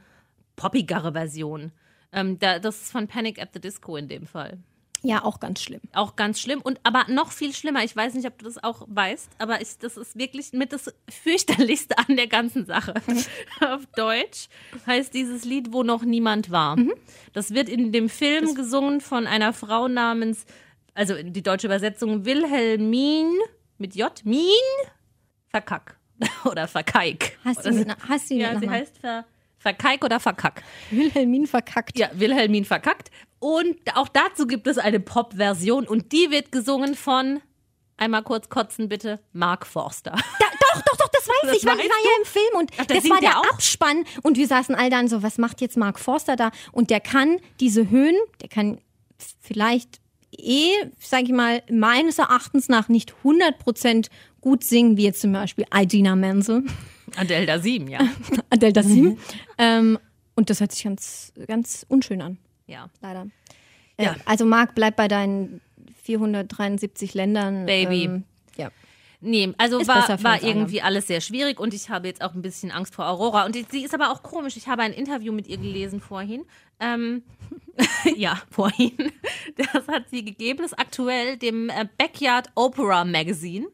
[SPEAKER 3] poppigere Version. Ähm, da, das ist von Panic at the Disco in dem Fall.
[SPEAKER 2] Ja, auch ganz schlimm.
[SPEAKER 3] Auch ganz schlimm. Und aber noch viel schlimmer, ich weiß nicht, ob du das auch weißt, aber ich, das ist wirklich mit das fürchterlichste an der ganzen Sache.
[SPEAKER 2] Mhm.
[SPEAKER 3] Auf Deutsch heißt dieses Lied, wo noch niemand war.
[SPEAKER 2] Mhm.
[SPEAKER 3] Das wird in dem Film gesungen von einer Frau namens, also die deutsche Übersetzung, Wilhelmine mit J, Min Verkack. [laughs] Oder Verkeik.
[SPEAKER 2] Hast du
[SPEAKER 3] Oder-
[SPEAKER 2] mit, na- hast du
[SPEAKER 3] Oh, ja,
[SPEAKER 2] mit
[SPEAKER 3] sie
[SPEAKER 2] nochmal?
[SPEAKER 3] heißt Ver, Verkeik oder Verkack.
[SPEAKER 2] Wilhelmin verkackt.
[SPEAKER 3] Ja, Wilhelmin verkackt. Und auch dazu gibt es eine Pop-Version und die wird gesungen von, einmal kurz kotzen bitte, Mark
[SPEAKER 2] [laughs]
[SPEAKER 3] Forster.
[SPEAKER 2] Da, doch, doch, doch, das weiß ich, weil ich war
[SPEAKER 3] weißt
[SPEAKER 2] ja im Film und
[SPEAKER 3] Ach, da
[SPEAKER 2] das
[SPEAKER 3] singt
[SPEAKER 2] war der
[SPEAKER 3] er auch?
[SPEAKER 2] Abspann und wir saßen all dann so, was macht jetzt Mark Forster da? Und der kann diese Höhen, der kann f- vielleicht eh, sag ich mal, meines Erachtens nach nicht 100% gut singen, wie jetzt zum Beispiel Idina Menzel, [laughs]
[SPEAKER 3] Adele da sieben, ja.
[SPEAKER 2] Adele
[SPEAKER 3] Mhm.
[SPEAKER 2] Dassim. ähm, und das hört sich ganz, ganz unschön an,
[SPEAKER 3] Ja.
[SPEAKER 2] leider. Äh,
[SPEAKER 3] Ja.
[SPEAKER 2] Also Marc, bleib bei deinen 473 Ländern.
[SPEAKER 3] Baby.
[SPEAKER 2] Ähm, ja.
[SPEAKER 3] Nee, also
[SPEAKER 2] Ist besser
[SPEAKER 3] war,
[SPEAKER 2] für
[SPEAKER 3] war
[SPEAKER 2] uns alle.
[SPEAKER 3] irgendwie alles sehr schwierig und ich habe jetzt auch ein bisschen Angst vor Aurora. Und die- sie ist aber auch komisch. Ich habe ein Interview mit ihr gelesen vorhin. Ähm, [laughs] ja, vorhin. Das hat sie gegeben, ist aktuell dem äh, Backyard Opera Magazine.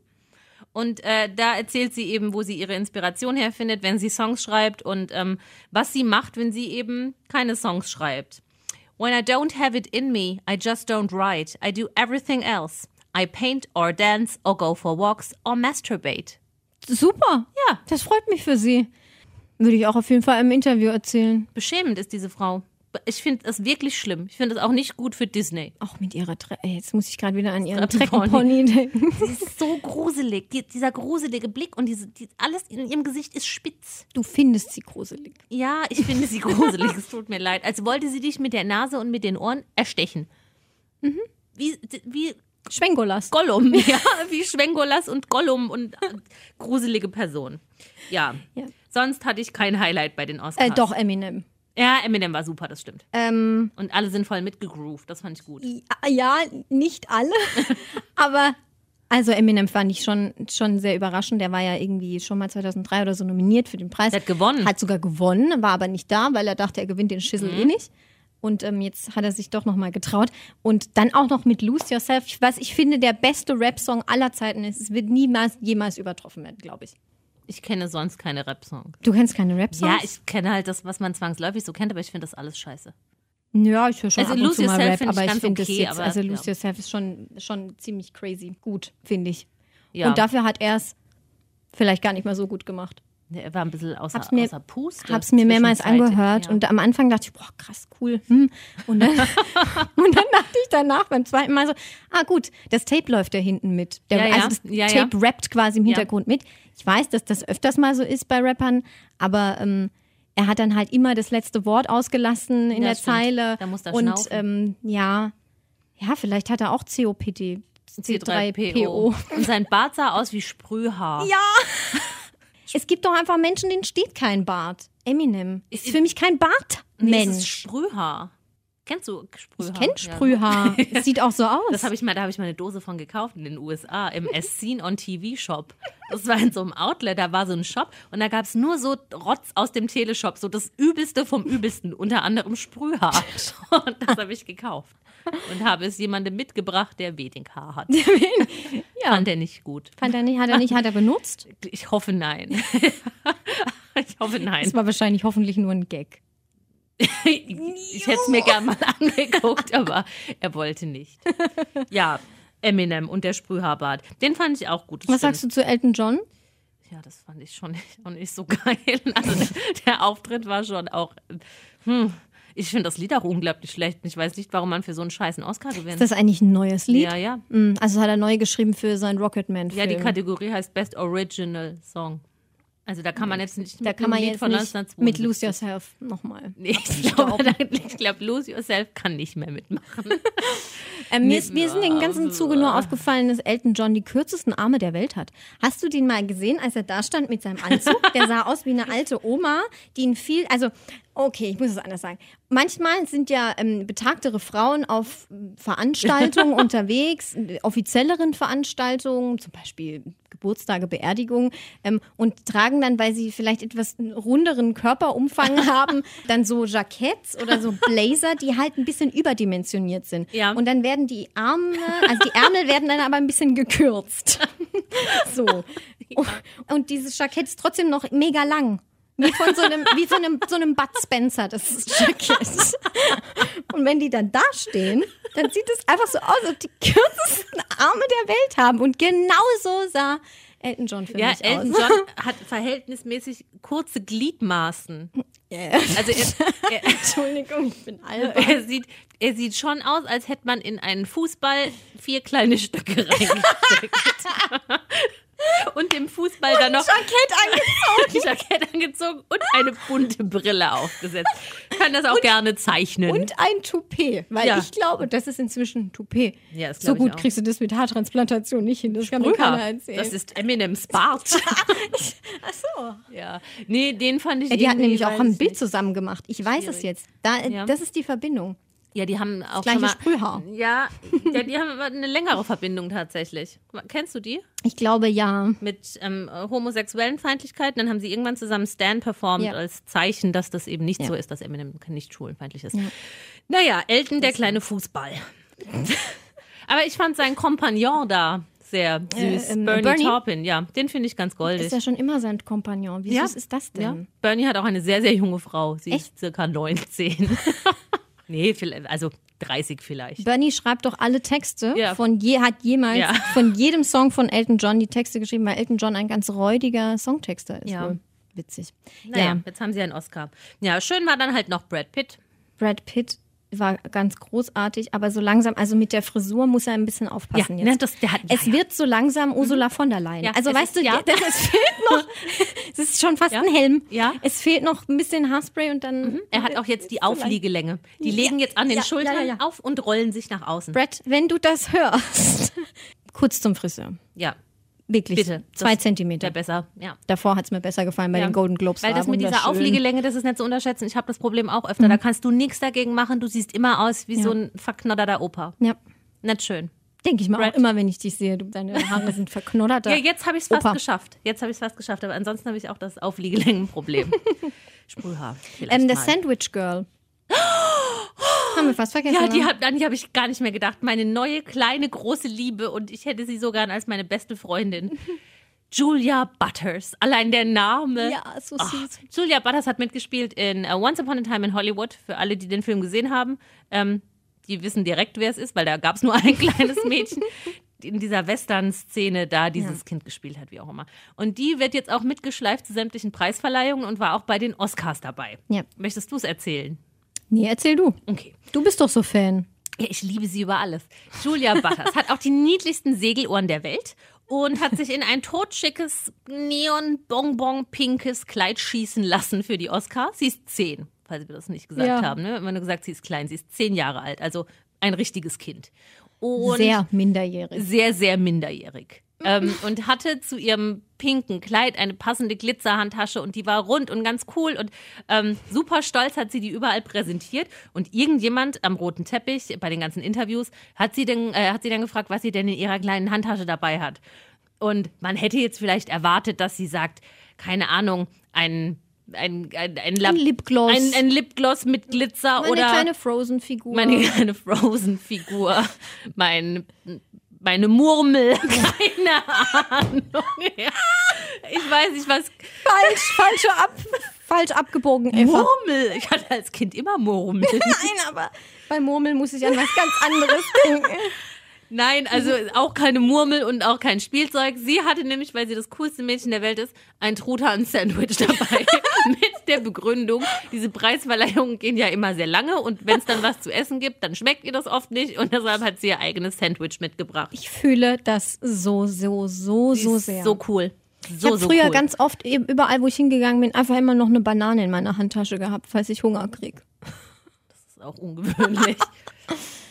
[SPEAKER 3] Und äh, da erzählt sie eben, wo sie ihre Inspiration herfindet, wenn sie Songs schreibt und ähm, was sie macht, wenn sie eben keine Songs schreibt. When I don't have it in me, I just don't write. I do everything else. I paint or dance or go for walks or masturbate.
[SPEAKER 2] Super.
[SPEAKER 3] Ja.
[SPEAKER 2] Das freut mich für Sie. Würde ich auch auf jeden Fall im Interview erzählen.
[SPEAKER 3] Beschämend ist diese Frau. ich finde es wirklich schlimm. Ich finde es auch nicht gut für Disney.
[SPEAKER 2] Auch mit ihrer Tre Ey, Jetzt muss ich gerade wieder an ihren Treppenpony [laughs]
[SPEAKER 3] Treppenpony.
[SPEAKER 2] denken.
[SPEAKER 3] Sie ist so [laughs] gruselig. Die, dieser gruselige Blick und diese, die, alles in ihrem Gesicht ist spitz.
[SPEAKER 2] Du findest sie gruselig.
[SPEAKER 3] Ja, ich finde sie gruselig. es tut mir leid. Als wollte sie dich mit der Nase und mit den Ohren erstechen.
[SPEAKER 2] Mhm.
[SPEAKER 3] Wie, wie
[SPEAKER 2] Schwengolas.
[SPEAKER 3] Gollum, [laughs] ja, wie Schwengolas und Gollum und äh, gruselige Personen. Ja.
[SPEAKER 2] Ja.
[SPEAKER 3] Sonst hatte ich kein Highlight bei den Oscars.
[SPEAKER 2] Äh, doch, Eminem.
[SPEAKER 3] Ja, Eminem war super, das stimmt.
[SPEAKER 2] Ähm,
[SPEAKER 3] Und alle sind voll mitgegroovt, das fand ich gut.
[SPEAKER 2] ja, nicht
[SPEAKER 3] [laughs]
[SPEAKER 2] alle, aber also Eminem fand ich schon, schon sehr überraschend. Der war ja irgendwie schon mal 2003 oder so nominiert für den Preis.
[SPEAKER 3] Der hat gewonnen. Mhm.
[SPEAKER 2] Hat sogar gewonnen, war aber nicht da, weil er dachte, er gewinnt den Schissel eh nicht. Und ähm, jetzt hat er sich doch nochmal getraut. Und dann auch noch mit Lose Yourself, was ich finde, der beste Rap-Song aller Zeiten ist. Es wird niemals, jemals übertroffen werden, glaube ich.
[SPEAKER 3] Ich kenne sonst keine Rap-Songs.
[SPEAKER 2] Du kennst keine Rap-Songs?
[SPEAKER 3] Ja, ich kenne halt das, was man zwangsläufig so kennt, aber ich finde das alles scheiße.
[SPEAKER 2] Ja, ich höre schon
[SPEAKER 3] Also
[SPEAKER 2] ab und
[SPEAKER 3] Lose
[SPEAKER 2] zu mal
[SPEAKER 3] Yourself
[SPEAKER 2] Rap,
[SPEAKER 3] find ich
[SPEAKER 2] aber ich
[SPEAKER 3] ganz
[SPEAKER 2] finde
[SPEAKER 3] okay,
[SPEAKER 2] das jetzt,
[SPEAKER 3] aber,
[SPEAKER 2] also
[SPEAKER 3] ja.
[SPEAKER 2] Lose Yourself ist schon, schon ziemlich crazy gut, finde ich.
[SPEAKER 3] Ja.
[SPEAKER 2] Und dafür hat er es vielleicht gar nicht mal so gut gemacht.
[SPEAKER 3] Er war ein bisschen außer,
[SPEAKER 2] Hab's mir-
[SPEAKER 3] außer Puste.
[SPEAKER 2] Hab's mir mehrmals
[SPEAKER 3] zwischenzeitlich,
[SPEAKER 2] angehört
[SPEAKER 3] ja.
[SPEAKER 2] und am Anfang dachte ich, boah, krass, cool. Hm. Und, dann, [laughs] und dann dachte ich danach beim zweiten Mal so, ah gut, das Tape läuft da hinten mit. Der,
[SPEAKER 3] Ja, ja.
[SPEAKER 2] also das
[SPEAKER 3] Ja, ja.
[SPEAKER 2] Tape rappt quasi im Hintergrund mit. Ich weiß, dass das öfters mal so ist bei Rappern, aber ähm, er hat dann halt immer das letzte Wort ausgelassen in
[SPEAKER 3] Ja,
[SPEAKER 2] der
[SPEAKER 3] stimmt.
[SPEAKER 2] Zeile.
[SPEAKER 3] Da muss er
[SPEAKER 2] und
[SPEAKER 3] schnaufen.
[SPEAKER 2] ähm, ja, ja, vielleicht hat er auch COPD.
[SPEAKER 3] C3PO. Und sein Bart sah aus wie Sprühhaar.
[SPEAKER 2] Ja. Es gibt doch einfach Menschen, denen steht kein Bart. Eminem ist
[SPEAKER 3] Ich-
[SPEAKER 2] für mich kein
[SPEAKER 3] Nee, es ist
[SPEAKER 2] Mensch.
[SPEAKER 3] Sprühhaar. Kennst du Sprühhaar?
[SPEAKER 2] Ich kenne
[SPEAKER 3] Ja.
[SPEAKER 2] Sprühhaar.
[SPEAKER 3] [laughs]
[SPEAKER 2] Es sieht auch so
[SPEAKER 3] Das
[SPEAKER 2] aus.
[SPEAKER 3] habe ich mal, da habe ich mal eine Dose von gekauft in den
[SPEAKER 2] [laughs]
[SPEAKER 3] USA im As Seen on TV Shop. Das war in so einem Outlet, da war so ein Shop und da gab es nur so Rotz aus dem Teleshop, so das Übelste vom Übelsten, unter
[SPEAKER 2] [laughs]
[SPEAKER 3] anderem Sprühhaar. Und das habe ich gekauft und habe es jemandem mitgebracht, der
[SPEAKER 2] [laughs]
[SPEAKER 3] Weddinghaar hat.
[SPEAKER 2] Ja.
[SPEAKER 3] Fand er nicht gut.
[SPEAKER 2] Fand er nicht, hat er nicht, hat er
[SPEAKER 3] [laughs]
[SPEAKER 2] benutzt?
[SPEAKER 3] Ich hoffe nein. [laughs] ich hoffe nein.
[SPEAKER 2] Das war wahrscheinlich hoffentlich nur ein Gag.
[SPEAKER 3] Ich hätte es mir gern mal angeguckt, aber er wollte nicht. Ja, Eminem und der Sprühhaarbart. Den fand ich auch gut. das
[SPEAKER 2] Was
[SPEAKER 3] stimmt. Mhm.
[SPEAKER 2] sagst du zu Elton John?
[SPEAKER 3] Ja, das fand ich schon nicht, auch nicht so geil. [laughs] Also der, der Auftritt war schon auch. Hm, ich finde das Lied auch unglaublich schlecht. Ich weiß nicht, warum man für so einen scheißen Oscar gewinnt.
[SPEAKER 2] Ist das eigentlich ein neues Lied?
[SPEAKER 3] ja, ja.
[SPEAKER 2] Mm, Also hat er neu geschrieben für seinen Rocketman-Film.
[SPEAKER 3] Ja, die Kategorie heißt Best Original Song. Also da kann man jetzt nicht
[SPEAKER 2] Da
[SPEAKER 3] mit
[SPEAKER 2] kann
[SPEAKER 3] einem
[SPEAKER 2] man
[SPEAKER 3] Lied
[SPEAKER 2] jetzt
[SPEAKER 3] von
[SPEAKER 2] nicht mit
[SPEAKER 3] 1972.
[SPEAKER 2] Lose Yourself nochmal.
[SPEAKER 3] Nee, ich glaube, [laughs] da- ich glaube, Lose Yourself kann nicht mehr mitmachen.
[SPEAKER 2] Ähm, mir, ist, mir ist in dem ganzen Zuge nur aufgefallen, dass Elton John die kürzesten Arme der Welt hat. Hast du den mal gesehen, als er da stand mit seinem Anzug? Der sah aus wie eine alte Oma, die ihn viel. Also, okay, ich muss es anders sagen. Manchmal sind ja ähm, betagtere Frauen auf ähm, Veranstaltungen unterwegs, äh, offizielleren Veranstaltungen, zum Beispiel Geburtstage, Beerdigungen, ähm, und tragen dann, weil sie vielleicht etwas einen runderen Körperumfang haben, dann so Jacketts oder so Blazer, die halt ein bisschen überdimensioniert sind.
[SPEAKER 3] Ja.
[SPEAKER 2] Und dann werden die Arme, also die
[SPEAKER 3] [laughs]
[SPEAKER 2] Ärmel werden dann aber ein bisschen gekürzt. so. Und dieses Jackett ist trotzdem noch mega lang. Wie von so einem, wie von einem, so einem Bud Spencer, das ist
[SPEAKER 3] [laughs]
[SPEAKER 2] Jackett. Und wenn die dann da stehen, dann sieht es einfach so aus, als ob die kürzesten Arme der Welt haben. Und genau so sah Elton John für
[SPEAKER 3] Ja,
[SPEAKER 2] mich
[SPEAKER 3] Elton
[SPEAKER 2] aus.
[SPEAKER 3] John hat verhältnismäßig kurze Gliedmaßen. Also er,
[SPEAKER 2] [laughs]
[SPEAKER 3] er,
[SPEAKER 2] Entschuldigung, ich bin albern.
[SPEAKER 3] Er sieht, er sieht schon aus, als hätte man in einen Fußball vier kleine Stücke reingesteckt.
[SPEAKER 2] [laughs]
[SPEAKER 3] und dem Fußball dann noch
[SPEAKER 2] Jackett angezogen.
[SPEAKER 3] ein Jackett angezogen und eine bunte Brille aufgesetzt. Kann das auch gerne zeichnen.
[SPEAKER 2] Und ein Toupet, weil
[SPEAKER 3] Ja.
[SPEAKER 2] ich glaube, das ist inzwischen ein Toupet.
[SPEAKER 3] Ja, das
[SPEAKER 2] so
[SPEAKER 3] glaub ich
[SPEAKER 2] gut
[SPEAKER 3] auch.
[SPEAKER 2] kriegst du das mit Haartransplantation nicht hin, das kann mir keiner
[SPEAKER 3] Brüder,
[SPEAKER 2] erzählen.
[SPEAKER 3] das ist Eminems Bart.
[SPEAKER 2] [laughs] Ach so.
[SPEAKER 3] ja. Nee, den fand ich
[SPEAKER 2] Ja, die hat
[SPEAKER 3] irgendwie,
[SPEAKER 2] nämlich auch
[SPEAKER 3] weiß
[SPEAKER 2] haben ein
[SPEAKER 3] ich
[SPEAKER 2] Bild
[SPEAKER 3] nicht.
[SPEAKER 2] zusammen gemacht. Ich weiß es jetzt. Da, äh,
[SPEAKER 3] Ja.
[SPEAKER 2] Das ist die Verbindung.
[SPEAKER 3] Ja, die haben auch
[SPEAKER 2] gleiche
[SPEAKER 3] schon mal, Hm.
[SPEAKER 2] Sprühhaar.
[SPEAKER 3] Ja, ja, die haben aber eine längere Verbindung tatsächlich. Kennst du die?
[SPEAKER 2] Ich glaube ja.
[SPEAKER 3] mit ähm, äh, homosexuellen Feindlichkeiten. Dann haben sie irgendwann zusammen Stan performt
[SPEAKER 2] Ja.
[SPEAKER 3] als Zeichen, dass das eben nicht
[SPEAKER 2] Ja.
[SPEAKER 3] so ist, dass Eminem nicht schwulenfeindlich ist. Naja, Elton, der kleine Fußball. [laughs] Aber ich fand seinen Kompagnon da sehr süß.
[SPEAKER 2] Äh, ähm,
[SPEAKER 3] Bernie,
[SPEAKER 2] Bernie?
[SPEAKER 3] Taupin, ja, den finde ich ganz goldig.
[SPEAKER 2] Ist ja schon immer sein Kompagnon. Wie
[SPEAKER 3] Ja.
[SPEAKER 2] süß ist das denn?
[SPEAKER 3] Ja. Bernie hat auch eine sehr, sehr junge Frau. Sie
[SPEAKER 2] Echt?
[SPEAKER 3] ist circa 19. [laughs] nee, vielleicht, also 30 vielleicht.
[SPEAKER 2] Bernie schreibt doch alle Texte
[SPEAKER 3] Ja.
[SPEAKER 2] von je, hat jemals
[SPEAKER 3] Ja.
[SPEAKER 2] von jedem Song von Elton John die Texte geschrieben, weil Elton John ein ganz räudiger Songtexter ist.
[SPEAKER 3] Ja.
[SPEAKER 2] Wohl. Witzig.
[SPEAKER 3] Naja,
[SPEAKER 2] Ja.
[SPEAKER 3] jetzt haben sie einen Oscar. Ja, schön war dann halt noch Brad Pitt.
[SPEAKER 2] Brad Pitt war ganz großartig, aber so langsam, also mit der Frisur muss er ein bisschen aufpassen
[SPEAKER 3] Ja,
[SPEAKER 2] jetzt.
[SPEAKER 3] ne, das- der hat- ja,
[SPEAKER 2] es
[SPEAKER 3] ja. Mhm.
[SPEAKER 2] wird so langsam Ursula von der Leyen.
[SPEAKER 3] Ja,
[SPEAKER 2] also
[SPEAKER 3] es
[SPEAKER 2] weißt
[SPEAKER 3] ist-
[SPEAKER 2] du,
[SPEAKER 3] ja.
[SPEAKER 2] das, es fehlt
[SPEAKER 3] [laughs]
[SPEAKER 2] noch, es ist schon fast ein Helm.
[SPEAKER 3] ja. Mhm.
[SPEAKER 2] Es fehlt noch ein bisschen Haarspray und dann...
[SPEAKER 3] Er hat auch jetzt die Aufliegelänge. Die legen jetzt an den
[SPEAKER 2] Ja, ja,
[SPEAKER 3] Schultern
[SPEAKER 2] ja, ja.
[SPEAKER 3] auf und rollen sich nach außen.
[SPEAKER 2] Brad, wenn du das hörst, [laughs] kurz zum Friseur.
[SPEAKER 3] Ja,
[SPEAKER 2] Wirklich.
[SPEAKER 3] Bitte.
[SPEAKER 2] Zwei
[SPEAKER 3] Das
[SPEAKER 2] Zentimeter.
[SPEAKER 3] wäre besser. Ja.
[SPEAKER 2] Davor hat es mir besser gefallen bei
[SPEAKER 3] Ja.
[SPEAKER 2] den Golden Globes.
[SPEAKER 3] Weil
[SPEAKER 2] war
[SPEAKER 3] das mit dieser
[SPEAKER 2] wunderschön. Mhm.
[SPEAKER 3] Aufliegelänge, das ist nicht zu unterschätzen. Ich habe das Problem auch öfter. Da kannst du nichts dagegen machen. Du siehst immer aus wie so ein verknodderter Opa.
[SPEAKER 2] Ja,
[SPEAKER 3] Nicht schön.
[SPEAKER 2] denke ich mal
[SPEAKER 3] Brad.
[SPEAKER 2] auch immer, wenn ich dich sehe. Du, deine Haare sind verknoddert.
[SPEAKER 3] Ja, jetzt habe ich es fast
[SPEAKER 2] Opa.
[SPEAKER 3] geschafft. Jetzt habe ich es fast geschafft. Aber ansonsten habe ich auch
[SPEAKER 2] [laughs]
[SPEAKER 3] das Aufliegelängenproblem. Sprühhaar. vielleicht
[SPEAKER 2] ähm, das
[SPEAKER 3] mal.
[SPEAKER 2] Sandwich
[SPEAKER 3] [gasps]
[SPEAKER 2] Girl. Haben wir fast vergessen.
[SPEAKER 3] Ja, die
[SPEAKER 2] ne?
[SPEAKER 3] hab, an die habe ich gar nicht mehr gedacht. Meine neue, kleine, große Liebe und ich hätte sie so gern als meine
[SPEAKER 2] [laughs]
[SPEAKER 3] beste Freundin. Julia Butters. Allein der Name.
[SPEAKER 2] ja, so
[SPEAKER 3] Ach,
[SPEAKER 2] süß.
[SPEAKER 3] Julia Butters hat mitgespielt in äh, Once Upon a Time in Hollywood. Für alle, die den Film gesehen haben, ähm, die wissen direkt, wer es ist, weil da gab es nur ein [laughs] kleines Mädchen die in dieser Western-Szene da dieses Kind gespielt hat, wie auch immer. Und die wird jetzt auch mitgeschleift zu sämtlichen Preisverleihungen und war auch bei den Oscars dabei.
[SPEAKER 2] Ja.
[SPEAKER 3] Möchtest du es erzählen?
[SPEAKER 2] Nee, erzähl du.
[SPEAKER 3] Okay.
[SPEAKER 2] Du bist doch so Fan.
[SPEAKER 3] Ja, ich liebe sie über alles. Julia Butters hat auch die niedlichsten Segelohren der Welt und hat sich in ein totschickes, neon-bonbon-pinkes Kleid schießen lassen für die Oscars. Sie ist zehn, falls wir das nicht gesagt
[SPEAKER 2] Ja.
[SPEAKER 3] haben. Ne? Wir haben nur gesagt, sie ist klein. Sie ist zehn Jahre alt, also ein richtiges Kind. Und
[SPEAKER 2] Sehr minderjährig.
[SPEAKER 3] sehr, sehr minderjährig.
[SPEAKER 2] [laughs]
[SPEAKER 3] ähm, und hatte zu ihrem pinken Kleid eine passende Glitzerhandtasche und die war rund und ganz cool und ähm, super stolz hat sie die überall präsentiert und irgendjemand am roten Teppich bei den ganzen Interviews hat sie denn, äh, hat sie dann gefragt, was sie denn in ihrer kleinen Handtasche dabei hat. Und man hätte jetzt vielleicht erwartet, dass sie sagt, keine Ahnung, ein ein, ein, ein, Lab-
[SPEAKER 2] Ein Lipgloss.
[SPEAKER 3] ein, ein Lipgloss mit Glitzer
[SPEAKER 2] Meine
[SPEAKER 3] oder
[SPEAKER 2] kleine Frozen-Figur.
[SPEAKER 3] meine kleine Frozen-Figur, mein, meine Murmel, [laughs] keine Ahnung. Ja. Ich weiß nicht, was.
[SPEAKER 2] falsch, falsche ab, falsch abgebogen. Eva.
[SPEAKER 3] Murmel. Ich hatte als Kind immer Murmel.
[SPEAKER 2] [laughs] Nein, aber bei Murmeln muss ich an was ganz [laughs] anderes denken.
[SPEAKER 3] Nein, also auch keine Murmel und auch kein Spielzeug. Sie hatte nämlich, weil sie das coolste Mädchen der Welt ist, ein Truthahn-Sandwich
[SPEAKER 2] [laughs]
[SPEAKER 3] dabei. mit der Begründung, diese Preisverleihungen gehen ja immer sehr lange und wenn es dann was zu essen gibt, dann schmeckt ihr das oft nicht und deshalb hat sie ihr eigenes Sandwich mitgebracht.
[SPEAKER 2] Ich fühle das so, so, so,
[SPEAKER 3] Die
[SPEAKER 2] so
[SPEAKER 3] ist
[SPEAKER 2] sehr.
[SPEAKER 3] So cool.
[SPEAKER 2] ich
[SPEAKER 3] So,
[SPEAKER 2] habe
[SPEAKER 3] so
[SPEAKER 2] früher
[SPEAKER 3] cool.
[SPEAKER 2] ganz oft, eben überall wo ich hingegangen bin, einfach immer noch eine Banane in meiner Handtasche gehabt, falls ich Hunger krieg.
[SPEAKER 3] ist auch
[SPEAKER 2] [laughs]
[SPEAKER 3] ungewöhnlich.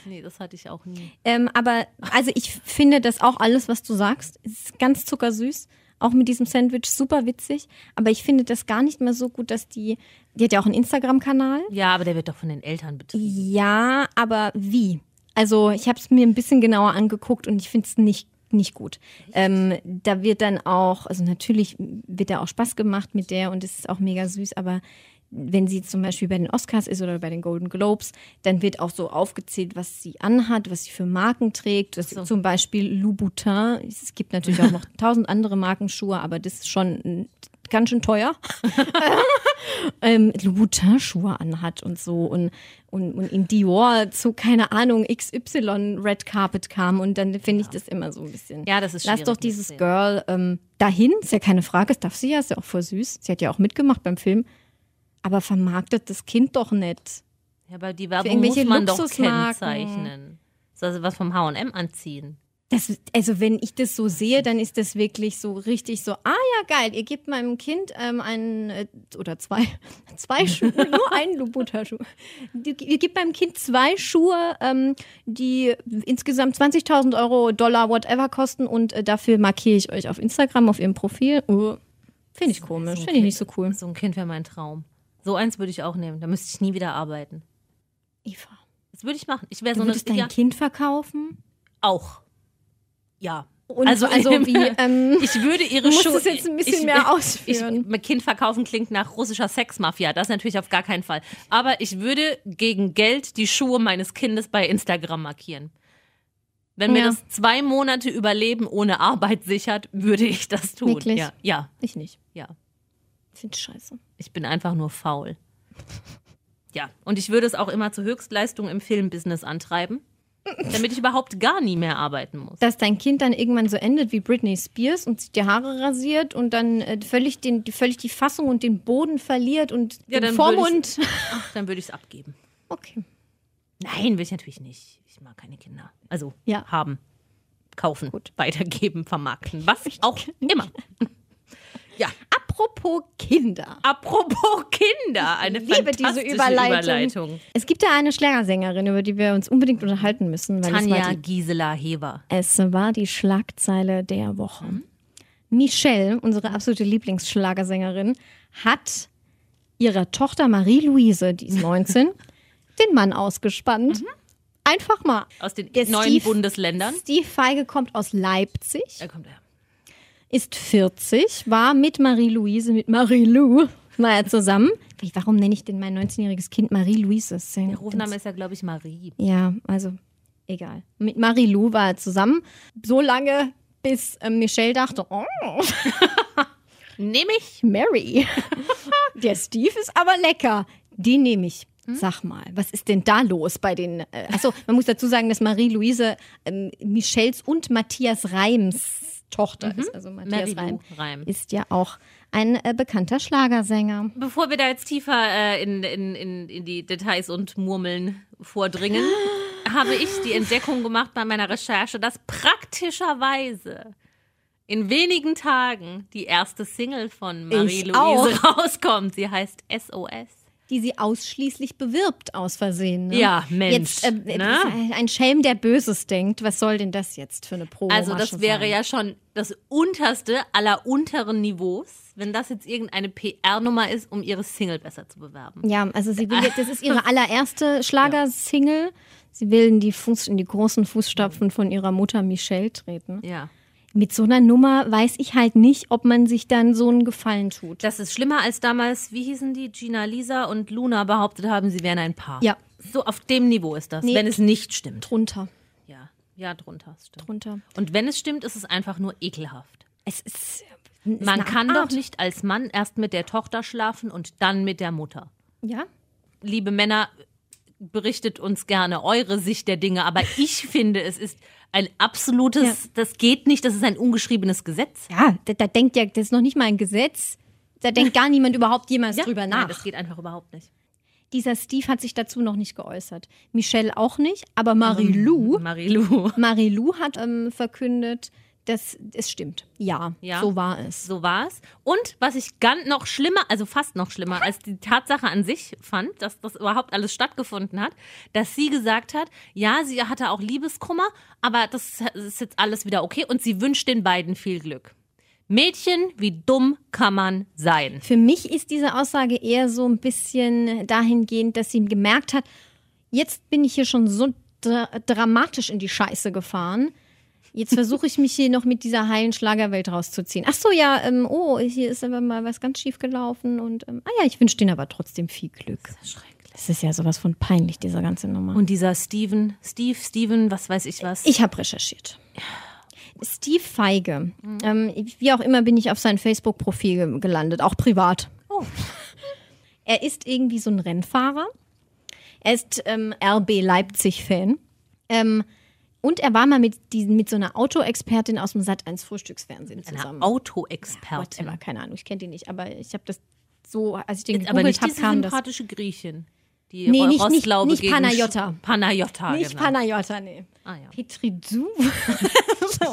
[SPEAKER 3] nee, das hatte ich auch nie.
[SPEAKER 2] Ähm, aber also ich finde das auch alles, was du sagst, ist ganz zuckersüß. Auch mit diesem Sandwich super witzig. Aber ich finde das gar nicht mehr so gut, dass die. Die hat ja auch einen Instagram-Kanal.
[SPEAKER 3] Ja, aber der wird doch von den Eltern betrieben.
[SPEAKER 2] Ja, aber wie? Also ich habe es mir ein bisschen genauer angeguckt und ich finde es nicht, nicht gut. Ähm, da wird dann auch, also natürlich wird da auch Spaß gemacht mit der und es ist auch mega süß, aber wenn sie zum Beispiel bei den Oscars ist oder bei den Golden Globes, dann wird auch so aufgezählt, was sie anhat, was sie für Marken trägt. Das Zum Beispiel Louboutin. Es gibt natürlich auch noch tausend andere Markenschuhe, aber das ist schon mm, ganz schön teuer ähm, Louboutin-Schuhe anhat und so und, und, und in Dior zu, keine Ahnung, XY Red Carpet kam und dann finde ich das immer so ein bisschen.
[SPEAKER 3] Ja, das ist
[SPEAKER 2] Lass
[SPEAKER 3] schwierig
[SPEAKER 2] doch
[SPEAKER 3] mit
[SPEAKER 2] dieses
[SPEAKER 3] denen.
[SPEAKER 2] Girl ähm, dahin, ist ja keine Frage, das darf sie ja, ist ja auch voll süß. Sie hat ja auch mitgemacht beim Film, aber vermarktet das Kind doch nicht.
[SPEAKER 3] Ja, aber die
[SPEAKER 2] Für
[SPEAKER 3] Werbung muss
[SPEAKER 2] irgendwelche
[SPEAKER 3] man doch
[SPEAKER 2] Luxusmarken.
[SPEAKER 3] kennzeichnen. Soll sie was vom H&M anziehen?
[SPEAKER 2] Das, also wenn ich das so sehe, dann ist das wirklich so richtig so, ah ja geil, ihr gebt meinem Kind ähm, einen äh, oder zwei, [laughs] zwei [laughs] Schuhe, nur einen Louboutin-Schuh. Die- Ihr gebt meinem Kind zwei Schuhe, ähm, die insgesamt 20.000 Euro, Dollar, whatever kosten und äh, dafür markiere ich euch auf Instagram, auf ihrem Profil. Uh, Finde ich komisch, finde ich nicht so cool.
[SPEAKER 3] So ein Kind wäre mein Traum. So eins würde ich auch nehmen. Da müsste ich nie wieder arbeiten.
[SPEAKER 2] Eva,
[SPEAKER 3] Das würde ich machen. Ich wäre so
[SPEAKER 2] du
[SPEAKER 3] eine...
[SPEAKER 2] würdest dein
[SPEAKER 3] ja,
[SPEAKER 2] Kind verkaufen?
[SPEAKER 3] auch. Ja.
[SPEAKER 2] Und
[SPEAKER 3] also
[SPEAKER 2] also [laughs]
[SPEAKER 3] einem-
[SPEAKER 2] wie, ähm,
[SPEAKER 3] Ich würde ihre
[SPEAKER 2] du musst
[SPEAKER 3] Schuhe...
[SPEAKER 2] es jetzt ein bisschen
[SPEAKER 3] ich,
[SPEAKER 2] mehr
[SPEAKER 3] Ich,
[SPEAKER 2] ausführen.
[SPEAKER 3] mein Kind verkaufen klingt nach russischer Sexmafia. Das natürlich auf gar keinen Fall. Aber ich würde gegen Geld die Schuhe meines Kindes bei Instagram markieren. Wenn mir
[SPEAKER 2] Ja.
[SPEAKER 3] das zwei Monate Überleben ohne Arbeit sichert, würde ich das tun.
[SPEAKER 2] Wirklich?
[SPEAKER 3] Ja, ja,
[SPEAKER 2] ich nicht.
[SPEAKER 3] ja.
[SPEAKER 2] Finde scheiße.
[SPEAKER 3] Ich bin einfach nur faul. Ja, und ich würde es auch immer zur Höchstleistung im Filmbusiness antreiben, damit ich überhaupt gar nie mehr arbeiten muss.
[SPEAKER 2] dass dein Kind dann irgendwann so endet wie Britney Spears und sich die Haare rasiert und dann äh, völlig, den, die, völlig die Fassung und den Boden verliert und
[SPEAKER 3] Ja,
[SPEAKER 2] den
[SPEAKER 3] dann würde
[SPEAKER 2] Vormund.
[SPEAKER 3] Ach, dann würde ich es abgeben.
[SPEAKER 2] [laughs] Okay.
[SPEAKER 3] Nein, will ich natürlich nicht. Ich mag keine Kinder. Also
[SPEAKER 2] Ja.
[SPEAKER 3] haben, kaufen, weitergeben, vermarkten, was
[SPEAKER 2] [laughs]
[SPEAKER 3] auch immer. ja,
[SPEAKER 2] Apropos Kinder.
[SPEAKER 3] apropos Kinder, eine
[SPEAKER 2] Ich liebe diese
[SPEAKER 3] fantastische
[SPEAKER 2] Überleitung.
[SPEAKER 3] Überleitung.
[SPEAKER 2] Es gibt da eine Schlagersängerin, über die wir uns unbedingt unterhalten müssen, weil es war
[SPEAKER 3] Tanja
[SPEAKER 2] die
[SPEAKER 3] Gisela Heber.
[SPEAKER 2] Es war die Schlagzeile der Woche. Michelle, unsere absolute Lieblingsschlagersängerin, hat ihrer Tochter Marie-Louise, die ist
[SPEAKER 3] [laughs]
[SPEAKER 2] 19, den Mann ausgespannt.
[SPEAKER 3] Mhm.
[SPEAKER 2] Einfach mal.
[SPEAKER 3] Aus den
[SPEAKER 2] Der
[SPEAKER 3] neuen
[SPEAKER 2] Steve-
[SPEAKER 3] Bundesländern.
[SPEAKER 2] Steve Feige kommt aus Leipzig,
[SPEAKER 3] Da kommt er.
[SPEAKER 2] ist 40, war mit Marie-Louise, mit Marie-Lou, [laughs] war er zusammen. Warum nenne ich denn mein 19-jähriges Kind Marie-Louise? Das ist ja
[SPEAKER 3] Der Rufname ist ja, glaube ich, Marie.
[SPEAKER 2] Ja, also egal. Mit Marie-Lou war er zusammen. So lange, bis ähm, Michelle dachte, oh,
[SPEAKER 3] Nehme ich.
[SPEAKER 2] Mary. [laughs] Der Steve ist aber lecker. Den nehme ich. Sag mal, was ist denn da los bei den. Äh, achso, man muss dazu sagen, dass Marie-Louise ähm, Michels und Matthias Reims Tochter ist. Also Matthias
[SPEAKER 3] Mary Lou
[SPEAKER 2] Reim
[SPEAKER 3] Reim.
[SPEAKER 2] ist ja auch ein äh, bekannter Schlagersänger.
[SPEAKER 3] Bevor wir da jetzt tiefer äh, in, in, in, in die Details und Murmeln [gasps] vordringen, habe ich die Entdeckung gemacht bei meiner Recherche, dass praktischerweise in wenigen Tagen die erste Single von Marie-Louise rauskommt. Sie heißt SOS.
[SPEAKER 2] die sie ausschließlich bewirbt aus Versehen. Ne?
[SPEAKER 3] Ja, Mensch,
[SPEAKER 2] Jetzt, äh, äh,
[SPEAKER 3] ne?
[SPEAKER 2] Ein Schelm, der Böses denkt. Was soll denn das jetzt für eine Probe?
[SPEAKER 3] Also das wäre ja schon das unterste aller unteren Niveaus, wenn das jetzt irgendeine PR-Nummer ist, um ihre Single besser zu bewerben.
[SPEAKER 2] Ja, also sie will jetzt, das ist
[SPEAKER 3] [laughs]
[SPEAKER 2] ihre allererste Schlagersingle. Sie will in die, Fuß, in die großen Fußstapfen von ihrer Mutter Michelle treten.
[SPEAKER 3] Ja.
[SPEAKER 2] Mit so einer Nummer weiß ich halt nicht, ob man sich dann so einen Gefallen tut.
[SPEAKER 3] Das ist schlimmer als damals, wie hießen die? Gina, Lisa und Luna behauptet haben, sie wären ein Paar.
[SPEAKER 2] Ja.
[SPEAKER 3] So auf dem Niveau ist das,
[SPEAKER 2] Nee.
[SPEAKER 3] wenn es nicht stimmt.
[SPEAKER 2] Drunter,
[SPEAKER 3] Ja, ja, drunter es stimmt.
[SPEAKER 2] drunter.
[SPEAKER 3] Und wenn es stimmt, ist es einfach nur ekelhaft.
[SPEAKER 2] Es ist.
[SPEAKER 3] Man kann
[SPEAKER 2] Art.
[SPEAKER 3] doch nicht als Mann erst mit der Tochter schlafen und dann mit der Mutter.
[SPEAKER 2] Ja.
[SPEAKER 3] Liebe Männer, berichtet uns gerne eure Sicht der
[SPEAKER 2] [laughs]
[SPEAKER 3] Dinge, aber ich finde, es ist ein absolutes, das geht nicht, das ist ein ungeschriebenes Gesetz.
[SPEAKER 2] Ja, da, da denkt ja, das ist noch nicht mal ein Gesetz. Da denkt gar niemand überhaupt jemals drüber nach.
[SPEAKER 3] Nein, das geht einfach überhaupt nicht.
[SPEAKER 2] Dieser Steve hat sich dazu noch nicht geäußert. Michelle auch nicht, aber Marie-Lou,
[SPEAKER 3] Marilou.
[SPEAKER 2] Marie-Lou hat ähm, verkündet, dass es stimmt. Ja,
[SPEAKER 3] Ja.
[SPEAKER 2] so war es.
[SPEAKER 3] So war's. Und was ich ganz noch schlimmer, also fast noch schlimmer als die Tatsache an sich fand, dass das überhaupt alles stattgefunden hat, dass sie gesagt hat, ja, sie hatte auch Liebeskummer, aber das ist jetzt alles wieder okay und sie wünscht den beiden viel Glück. Mädchen, wie dumm kann man sein?
[SPEAKER 2] Für mich ist diese Aussage eher so ein bisschen dahingehend, dass sie gemerkt hat, jetzt bin ich hier schon so dra dramatisch in die Scheiße gefahren. Jetzt versuche ich mich hier noch mit dieser heilen Schlagerwelt rauszuziehen. Ach so, ja, ähm, oh, hier ist aber mal was ganz schief gelaufen und ähm, ah ja, ich wünsche denen aber trotzdem viel Glück. Das ist ja sowas von peinlich, diese ganze Nummer.
[SPEAKER 3] Und dieser Steven, Steve, Steven, was weiß ich was.
[SPEAKER 2] Ich habe recherchiert. Steve Feige. Ähm, wie auch immer bin ich auf sein Facebook-Profil ge- gelandet, auch privat.
[SPEAKER 3] Oh.
[SPEAKER 2] [laughs] Er ist irgendwie so ein Rennfahrer. Er ist ähm, RB Leipzig-Fan. Ähm, und er war mal mit, diesen, mit so einer Autoexpertin aus dem Sat1 Frühstücksfernsehen
[SPEAKER 3] Eine
[SPEAKER 2] zusammen.
[SPEAKER 3] Autoexpertin.
[SPEAKER 2] Whatever, keine Ahnung, ich kenne den nicht, aber ich habe das so, als ich den
[SPEAKER 3] aber
[SPEAKER 2] gegoogelt
[SPEAKER 3] nicht
[SPEAKER 2] habe,
[SPEAKER 3] diese
[SPEAKER 2] kam das.
[SPEAKER 3] sympathische Griechin. Die
[SPEAKER 2] Nee, nicht- nicht-
[SPEAKER 3] Rostlaube
[SPEAKER 2] nicht
[SPEAKER 3] gegen
[SPEAKER 2] Panayota.
[SPEAKER 3] Sch- Panayota,
[SPEAKER 2] Nicht
[SPEAKER 3] genau.
[SPEAKER 2] Panayota, nee.
[SPEAKER 3] Ah, ja.
[SPEAKER 2] Petridou.
[SPEAKER 3] [laughs]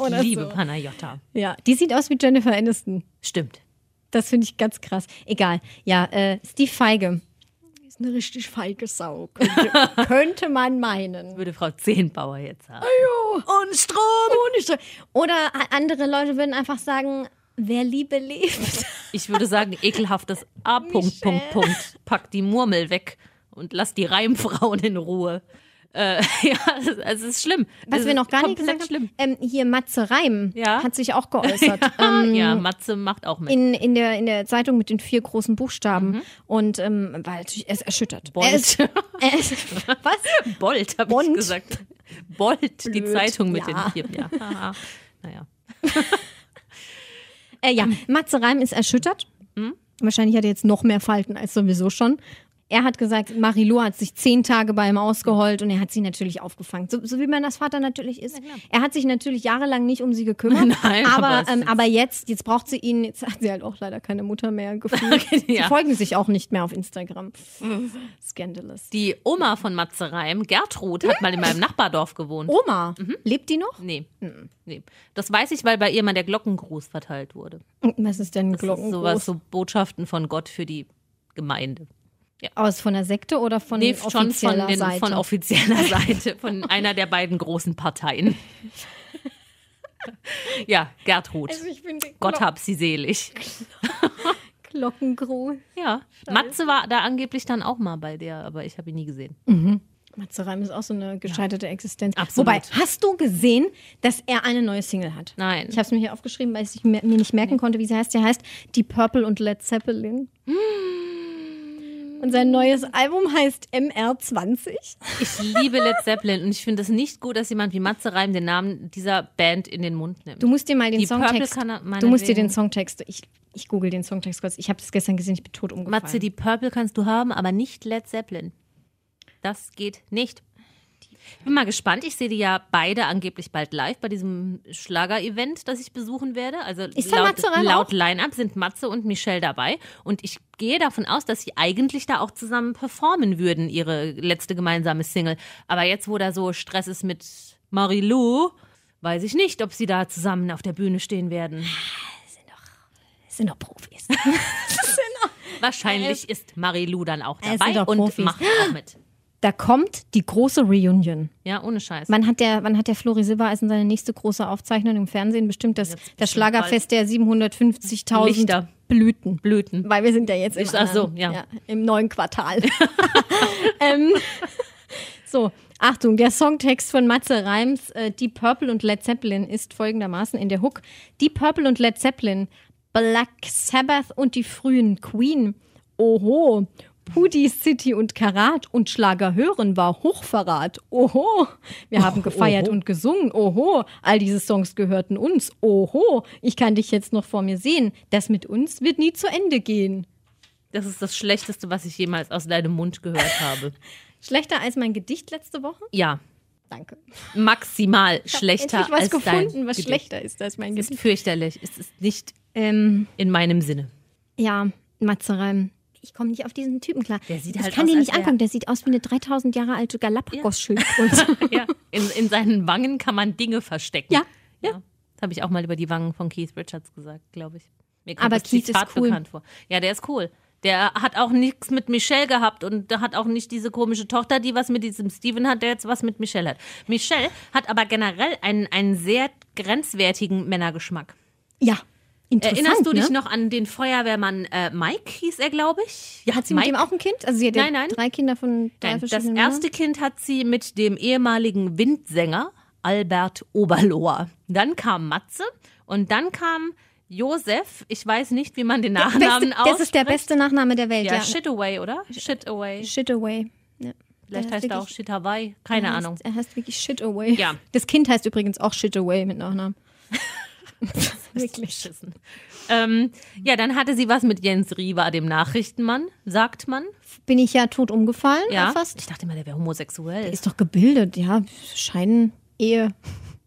[SPEAKER 2] [laughs] Oder
[SPEAKER 3] Liebe
[SPEAKER 2] so.
[SPEAKER 3] Panayota.
[SPEAKER 2] Ja, die sieht aus wie Jennifer Aniston.
[SPEAKER 3] Stimmt.
[SPEAKER 2] Das finde ich ganz krass. Egal. Ja, äh, Steve Feige. Ist eine richtig feige Sau. Könnte, [laughs] könnte man meinen.
[SPEAKER 3] würde Frau Zehnbauer jetzt sagen.
[SPEAKER 2] Und Strom. Ohne Strom. Oder a- andere Leute würden einfach sagen, wer Liebe [laughs] lebt.
[SPEAKER 3] Ich würde sagen, ekelhaftes A. Punkt, Punkt, Punkt. Pack die Murmel weg und lass die Reimfrauen in Ruhe. Äh, [laughs] ja, es ist- es ist schlimm.
[SPEAKER 2] Was
[SPEAKER 3] es
[SPEAKER 2] wir
[SPEAKER 3] ist
[SPEAKER 2] noch gar nicht
[SPEAKER 3] komplett
[SPEAKER 2] gesagt
[SPEAKER 3] schlimm.
[SPEAKER 2] haben. Ähm, hier Matze Reim
[SPEAKER 3] Ja.
[SPEAKER 2] hat sich auch [laughs] geäußert. Ähm,
[SPEAKER 3] ja, Matze macht auch mit.
[SPEAKER 2] in, in, der, in der Zeitung mit den vier großen Buchstaben. Und ähm, war natürlich, er ist erschüttert.
[SPEAKER 3] Bold.
[SPEAKER 2] Er ist, [laughs] er ist, was?
[SPEAKER 3] Bold, habe ich
[SPEAKER 2] Bond.
[SPEAKER 3] gesagt. Bold, die
[SPEAKER 2] Blöd,
[SPEAKER 3] Zeitung mit
[SPEAKER 2] ja.
[SPEAKER 3] den vier. Ja. haha. naja. Ähm. Mhm.
[SPEAKER 2] Äh, ja, Matze Reim ist erschüttert. Wahrscheinlich hat er jetzt noch mehr Falten als sowieso schon. Er hat gesagt, Marilou hat sich zehn Tage bei ihm ausgeheult und er hat sie natürlich aufgefangen. So, so wie man das Vater natürlich ist. Er hat sich natürlich jahrelang nicht um sie gekümmert.
[SPEAKER 3] [laughs] Nein, aber
[SPEAKER 2] aber,
[SPEAKER 3] es
[SPEAKER 2] ähm,
[SPEAKER 3] ist-
[SPEAKER 2] aber jetzt, jetzt braucht sie ihn, jetzt hat sie halt auch leider keine Mutter mehr
[SPEAKER 3] [laughs]
[SPEAKER 2] gefühlt.
[SPEAKER 3] Ja. Mhm.
[SPEAKER 2] Sie folgen sich auch nicht mehr auf Instagram. Scandalous.
[SPEAKER 3] Die Oma von Matzereim, Gertrud, hat mal in meinem Nachbardorf gewohnt.
[SPEAKER 2] Oma,
[SPEAKER 3] Mhm.
[SPEAKER 2] lebt die noch?
[SPEAKER 3] Nee.
[SPEAKER 2] Hm.
[SPEAKER 3] nee. Das weiß ich, weil bei ihr mal der Glockengruß verteilt wurde.
[SPEAKER 2] Was ist denn
[SPEAKER 3] Das ist sowas,
[SPEAKER 2] Glockengruß?
[SPEAKER 3] so Botschaften von Gott für die Gemeinde.
[SPEAKER 2] Aus von der Sekte oder von
[SPEAKER 3] Nee, schon
[SPEAKER 2] offizieller
[SPEAKER 3] von, den,
[SPEAKER 2] Seite?
[SPEAKER 3] von
[SPEAKER 2] [laughs]
[SPEAKER 3] offizieller Seite, von einer der beiden großen Parteien. ja, Gertrud.
[SPEAKER 2] also ich bin die
[SPEAKER 3] Gott
[SPEAKER 2] Glo
[SPEAKER 3] hab sie selig.
[SPEAKER 2] Glockengruß.
[SPEAKER 3] Ja. Matze war da angeblich dann auch mal bei der, aber ich habe ihn nie gesehen.
[SPEAKER 2] Matze Reim ist auch so eine gescheiterte Existenz.
[SPEAKER 3] Absolut.
[SPEAKER 2] Wobei, hast du gesehen, dass er eine neue Single hat?
[SPEAKER 3] Nein.
[SPEAKER 2] Ich habe es mir hier aufgeschrieben, weil ich mir mir nicht merken konnte, wie sie heißt. Die heißt Die Purple und Led Zeppelin.
[SPEAKER 3] Hm.
[SPEAKER 2] Und sein neues Album heißt MR20.
[SPEAKER 3] Ich liebe Led Zeppelin und ich finde es nicht gut, dass jemand wie Matze Reim den Namen dieser Band in den Mund nimmt.
[SPEAKER 2] Du musst dir mal den
[SPEAKER 3] Die Purple
[SPEAKER 2] Songtext.
[SPEAKER 3] kann er
[SPEAKER 2] Du musst dir
[SPEAKER 3] meinetwegen.
[SPEAKER 2] den Songtext. Ich, ich google den Songtext kurz. Ich habe das gestern gesehen, ich bin tot umgefallen.
[SPEAKER 3] Matze, die Purple kannst du haben, aber nicht Led Zeppelin. Das geht nicht. Ich bin mal gespannt. Ich sehe die ja beide angeblich bald live bei diesem Schlager-Event, das ich besuchen werde. Also
[SPEAKER 2] Ist da
[SPEAKER 3] laut,
[SPEAKER 2] Matze Reim
[SPEAKER 3] laut
[SPEAKER 2] auch?
[SPEAKER 3] Line-Up sind Matze und Michelle dabei. Und ich gehe davon aus, dass sie eigentlich da auch zusammen performen würden, ihre letzte gemeinsame Single. Aber jetzt, wo da so Stress ist mit Marilou, weiß ich nicht, ob sie da zusammen auf der Bühne stehen werden.
[SPEAKER 2] das sind doch Profis.
[SPEAKER 3] Wahrscheinlich ist Marilou dann auch
[SPEAKER 2] es
[SPEAKER 3] dabei
[SPEAKER 2] sind doch
[SPEAKER 3] und
[SPEAKER 2] Profis.
[SPEAKER 3] macht auch mit.
[SPEAKER 2] Da kommt die große Reunion.
[SPEAKER 3] Ja, ohne Scheiß.
[SPEAKER 2] Wann hat der, wann hat der Flori Silbereisen seine nächste große Aufzeichnung im Fernsehen bestimmt das, das Schlagerfest der
[SPEAKER 3] Lichter.
[SPEAKER 2] 750.000 Blüten?
[SPEAKER 3] Blüten.
[SPEAKER 2] Weil wir sind ja jetzt im,
[SPEAKER 3] Ist- ach so,
[SPEAKER 2] anderen,
[SPEAKER 3] ja.
[SPEAKER 2] im neuen Quartal. ähm, so, Achtung, der Songtext von Matze Reims, äh, Die Purple und Led Zeppelin, ist folgendermaßen in der Hook. Die Purple und Led Zeppelin, Black Sabbath und die frühen Queen, Oho, Pudi City und Karat und Schlager hören war Hochverrat. Oho, wir haben gefeiert und gesungen. Oho, all diese Songs gehörten uns. Oho, ich kann dich jetzt noch vor mir sehen. Das mit uns wird nie zu Ende gehen.
[SPEAKER 3] Das ist das Schlechteste, was ich jemals aus deinem Mund gehört
[SPEAKER 2] [laughs]
[SPEAKER 3] habe.
[SPEAKER 2] Schlechter als mein Gedicht letzte Woche?
[SPEAKER 3] Ja,
[SPEAKER 2] Danke.
[SPEAKER 3] maximal schlechter
[SPEAKER 2] Endlich was
[SPEAKER 3] als
[SPEAKER 2] gefunden,
[SPEAKER 3] dein
[SPEAKER 2] was
[SPEAKER 3] Gedicht.
[SPEAKER 2] schlechter ist als mein
[SPEAKER 3] Es
[SPEAKER 2] Gedicht.
[SPEAKER 3] ist fürchterlich. Es ist nicht
[SPEAKER 2] Ähm,
[SPEAKER 3] in meinem Sinne.
[SPEAKER 2] ja, Matzereim. Ich komme nicht auf diesen Typen klar.
[SPEAKER 3] Der sieht
[SPEAKER 2] ich
[SPEAKER 3] halt
[SPEAKER 2] kann
[SPEAKER 3] aus,
[SPEAKER 2] den
[SPEAKER 3] als
[SPEAKER 2] nicht angucken. Der sieht aus wie eine 3000 Jahre alte Galapagos-Schildkröte.
[SPEAKER 3] [laughs] Ja. In, in seinen Wangen kann man Dinge verstecken.
[SPEAKER 2] Ja,
[SPEAKER 3] ja. Das habe ich auch mal über die Wangen von Keith Richards gesagt, glaube ich. Mir kommt
[SPEAKER 2] Aber
[SPEAKER 3] das
[SPEAKER 2] Keith
[SPEAKER 3] Zitat
[SPEAKER 2] ist cool.
[SPEAKER 3] bekannt vor. Ja, der ist cool. Der hat auch nichts mit Michelle gehabt und der hat auch nicht diese komische Tochter, die was mit diesem Steven hat, der jetzt was mit Michelle hat. Michelle hat aber generell einen, einen sehr grenzwertigen Männergeschmack.
[SPEAKER 2] ja, interessant.
[SPEAKER 3] Erinnerst du dich
[SPEAKER 2] ne?
[SPEAKER 3] noch an den Feuerwehrmann äh, Mike, hieß er, glaube ich? Ja,
[SPEAKER 2] Hat sie
[SPEAKER 3] Mike?
[SPEAKER 2] mit ihm auch ein Kind? Also sie hat ja
[SPEAKER 3] Nein, nein.
[SPEAKER 2] drei Kinder von drei
[SPEAKER 3] Nein, das
[SPEAKER 2] verschiedenen
[SPEAKER 3] erste Kind hat sie mit dem ehemaligen Windsänger Albert Oberlohr. Dann kam Matze und dann kam Josef. Ich weiß nicht, wie man den
[SPEAKER 2] Männern. Der
[SPEAKER 3] Nachnamen
[SPEAKER 2] beste, Das ist der
[SPEAKER 3] ausspricht.
[SPEAKER 2] beste Nachname der Welt.
[SPEAKER 3] Ja,
[SPEAKER 2] Ja,
[SPEAKER 3] Shit Away, oder? Shit Away.
[SPEAKER 2] Shit away. Ja.
[SPEAKER 3] Vielleicht
[SPEAKER 2] Der
[SPEAKER 3] heißt er auch
[SPEAKER 2] wirklich-
[SPEAKER 3] Shit Hawaii. Keine
[SPEAKER 2] er heißt-
[SPEAKER 3] Ahnung.
[SPEAKER 2] Er heißt wirklich Shit away.
[SPEAKER 3] Ja.
[SPEAKER 2] Das Kind heißt übrigens auch Shit away mit
[SPEAKER 3] [laughs]
[SPEAKER 2] Nachnamen. wirklich.
[SPEAKER 3] Beschissen. Ähm, ja, dann hatte sie was mit Jens Riva, dem Nachrichtenmann, sagt man.
[SPEAKER 2] Bin ich ja tot umgefallen?
[SPEAKER 3] Ja.
[SPEAKER 2] Fast.
[SPEAKER 3] Ich dachte immer, der wäre homosexuell.
[SPEAKER 2] Ist doch gebildet, ja. Schein, Ehe,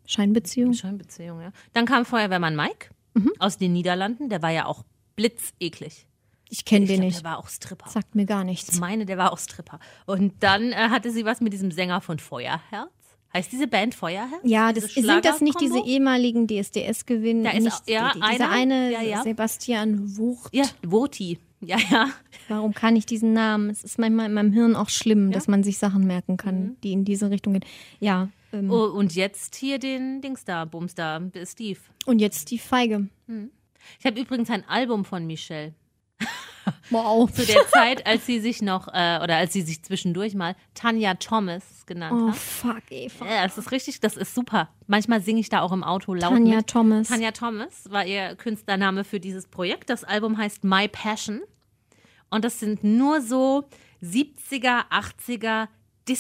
[SPEAKER 2] Scheinbeziehung.
[SPEAKER 3] Scheinbeziehung, ja. Dann kam Feuerwehrmann Mike
[SPEAKER 2] Mhm.
[SPEAKER 3] aus den Niederlanden. Der war ja auch blitzeklig.
[SPEAKER 2] Ich kenne
[SPEAKER 3] Ich
[SPEAKER 2] den
[SPEAKER 3] glaub,
[SPEAKER 2] nicht.
[SPEAKER 3] der war auch Stripper.
[SPEAKER 2] Sagt mir gar
[SPEAKER 3] Ich
[SPEAKER 2] nichts.
[SPEAKER 3] meine, der war auch Stripper. Und dann äh, hatte sie was mit diesem Sänger von Feuerherz. Heißt diese Band Feuerherz?
[SPEAKER 2] Ja,
[SPEAKER 3] Diese
[SPEAKER 2] das, sind das nicht diese
[SPEAKER 3] Schlagerkombo?
[SPEAKER 2] ehemaligen DSDS-Gewinne?
[SPEAKER 3] Da ist
[SPEAKER 2] nicht,
[SPEAKER 3] auch- ja,
[SPEAKER 2] die- dieser
[SPEAKER 3] einer.
[SPEAKER 2] eine,
[SPEAKER 3] Ja, ja.
[SPEAKER 2] Sebastian Wucht.
[SPEAKER 3] Ja, Woti. Ja, ja.
[SPEAKER 2] Warum kann ich diesen Namen? Es ist manchmal in meinem Hirn auch schlimm, dass man sich Sachen merken kann, die in diese Richtung gehen. Ja, ähm,
[SPEAKER 3] Oh, und jetzt hier den Dings da, Bums da, äh, Steve.
[SPEAKER 2] und jetzt die Feige.
[SPEAKER 3] Ich habe übrigens ein Album von Michelle.
[SPEAKER 2] Wow. [laughs]
[SPEAKER 3] Zu der Zeit, als sie sich noch, äh, oder als sie sich zwischendurch mal Tanja Thomas genannt
[SPEAKER 2] Oh,
[SPEAKER 3] hat.
[SPEAKER 2] fuck, Eva.
[SPEAKER 3] Ja, das ist richtig, das ist super. Manchmal singe ich da auch im Auto laut
[SPEAKER 2] Tanja
[SPEAKER 3] mit.
[SPEAKER 2] Thomas.
[SPEAKER 3] Tanja Thomas war ihr Künstlername für dieses Projekt. Das Album heißt My Passion. Und das sind nur so 70er, 80er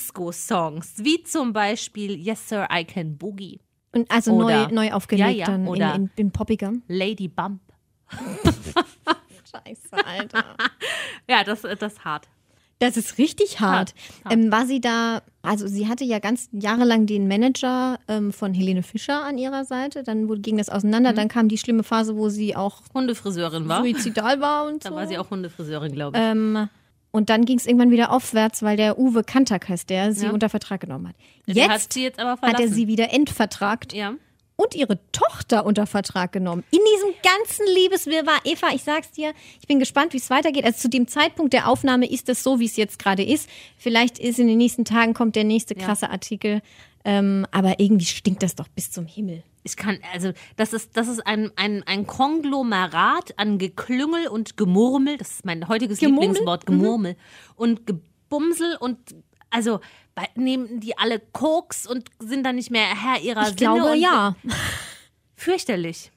[SPEAKER 3] Disco-Songs. Wie zum Beispiel Yes Sir, I Can Boogie,
[SPEAKER 2] Und also
[SPEAKER 3] Oder-
[SPEAKER 2] neu, neu aufgelegt
[SPEAKER 3] Ja, ja,
[SPEAKER 2] dann
[SPEAKER 3] oder-
[SPEAKER 2] in, in, in poppiger.
[SPEAKER 3] Lady Bump.
[SPEAKER 2] Scheiße, Alter.
[SPEAKER 3] Ja, äh, das, das ist hart.
[SPEAKER 2] Das ist richtig hart. Ähm, war sie da, also sie hatte ja ganz jahrelang den Manager ähm, von Helene Fischer an ihrer Seite, dann wurde- ging das auseinander, dann kam die schlimme Phase, wo sie auch
[SPEAKER 3] Hundefriseurin Mhm. war.
[SPEAKER 2] suizidal war und
[SPEAKER 3] Da
[SPEAKER 2] so.
[SPEAKER 3] war sie auch Hundefriseurin, glaube ich.
[SPEAKER 2] ähm, und dann ging es irgendwann wieder aufwärts, weil der Uwe Kantak heißt der, sie
[SPEAKER 3] Ja.
[SPEAKER 2] unter Vertrag genommen hat.
[SPEAKER 3] Der hat
[SPEAKER 2] Jetzt
[SPEAKER 3] sie jetzt aber
[SPEAKER 2] hat
[SPEAKER 3] verlassen.
[SPEAKER 2] er sie wieder entvertragt
[SPEAKER 3] ja.
[SPEAKER 2] und ihre Tochter unter Vertrag genommen. In diesem ganzen Liebeswirrwarr, Eva, ich sag's dir, ich bin gespannt, wie es weitergeht. Also zu dem Zeitpunkt der Aufnahme ist es so, wie es jetzt gerade ist. Vielleicht ist in den nächsten Tagen kommt der nächste krasse Artikel. Ähm, aber irgendwie stinkt das doch bis zum Himmel.
[SPEAKER 3] Ich kann, also, das ist, das ist ein, ein, ein Konglomerat an Geklüngel und Gemurmel. Das ist mein heutiges
[SPEAKER 2] Gemurmel? Mhm.
[SPEAKER 3] Lieblingswort, Gemurmel. Und Gebumsel und, also, bei- nehmen die alle Koks und sind dann nicht mehr Herr ihrer
[SPEAKER 2] Ich
[SPEAKER 3] Sinne.
[SPEAKER 2] glaube,
[SPEAKER 3] und
[SPEAKER 2] ja.
[SPEAKER 3] Fürchterlich.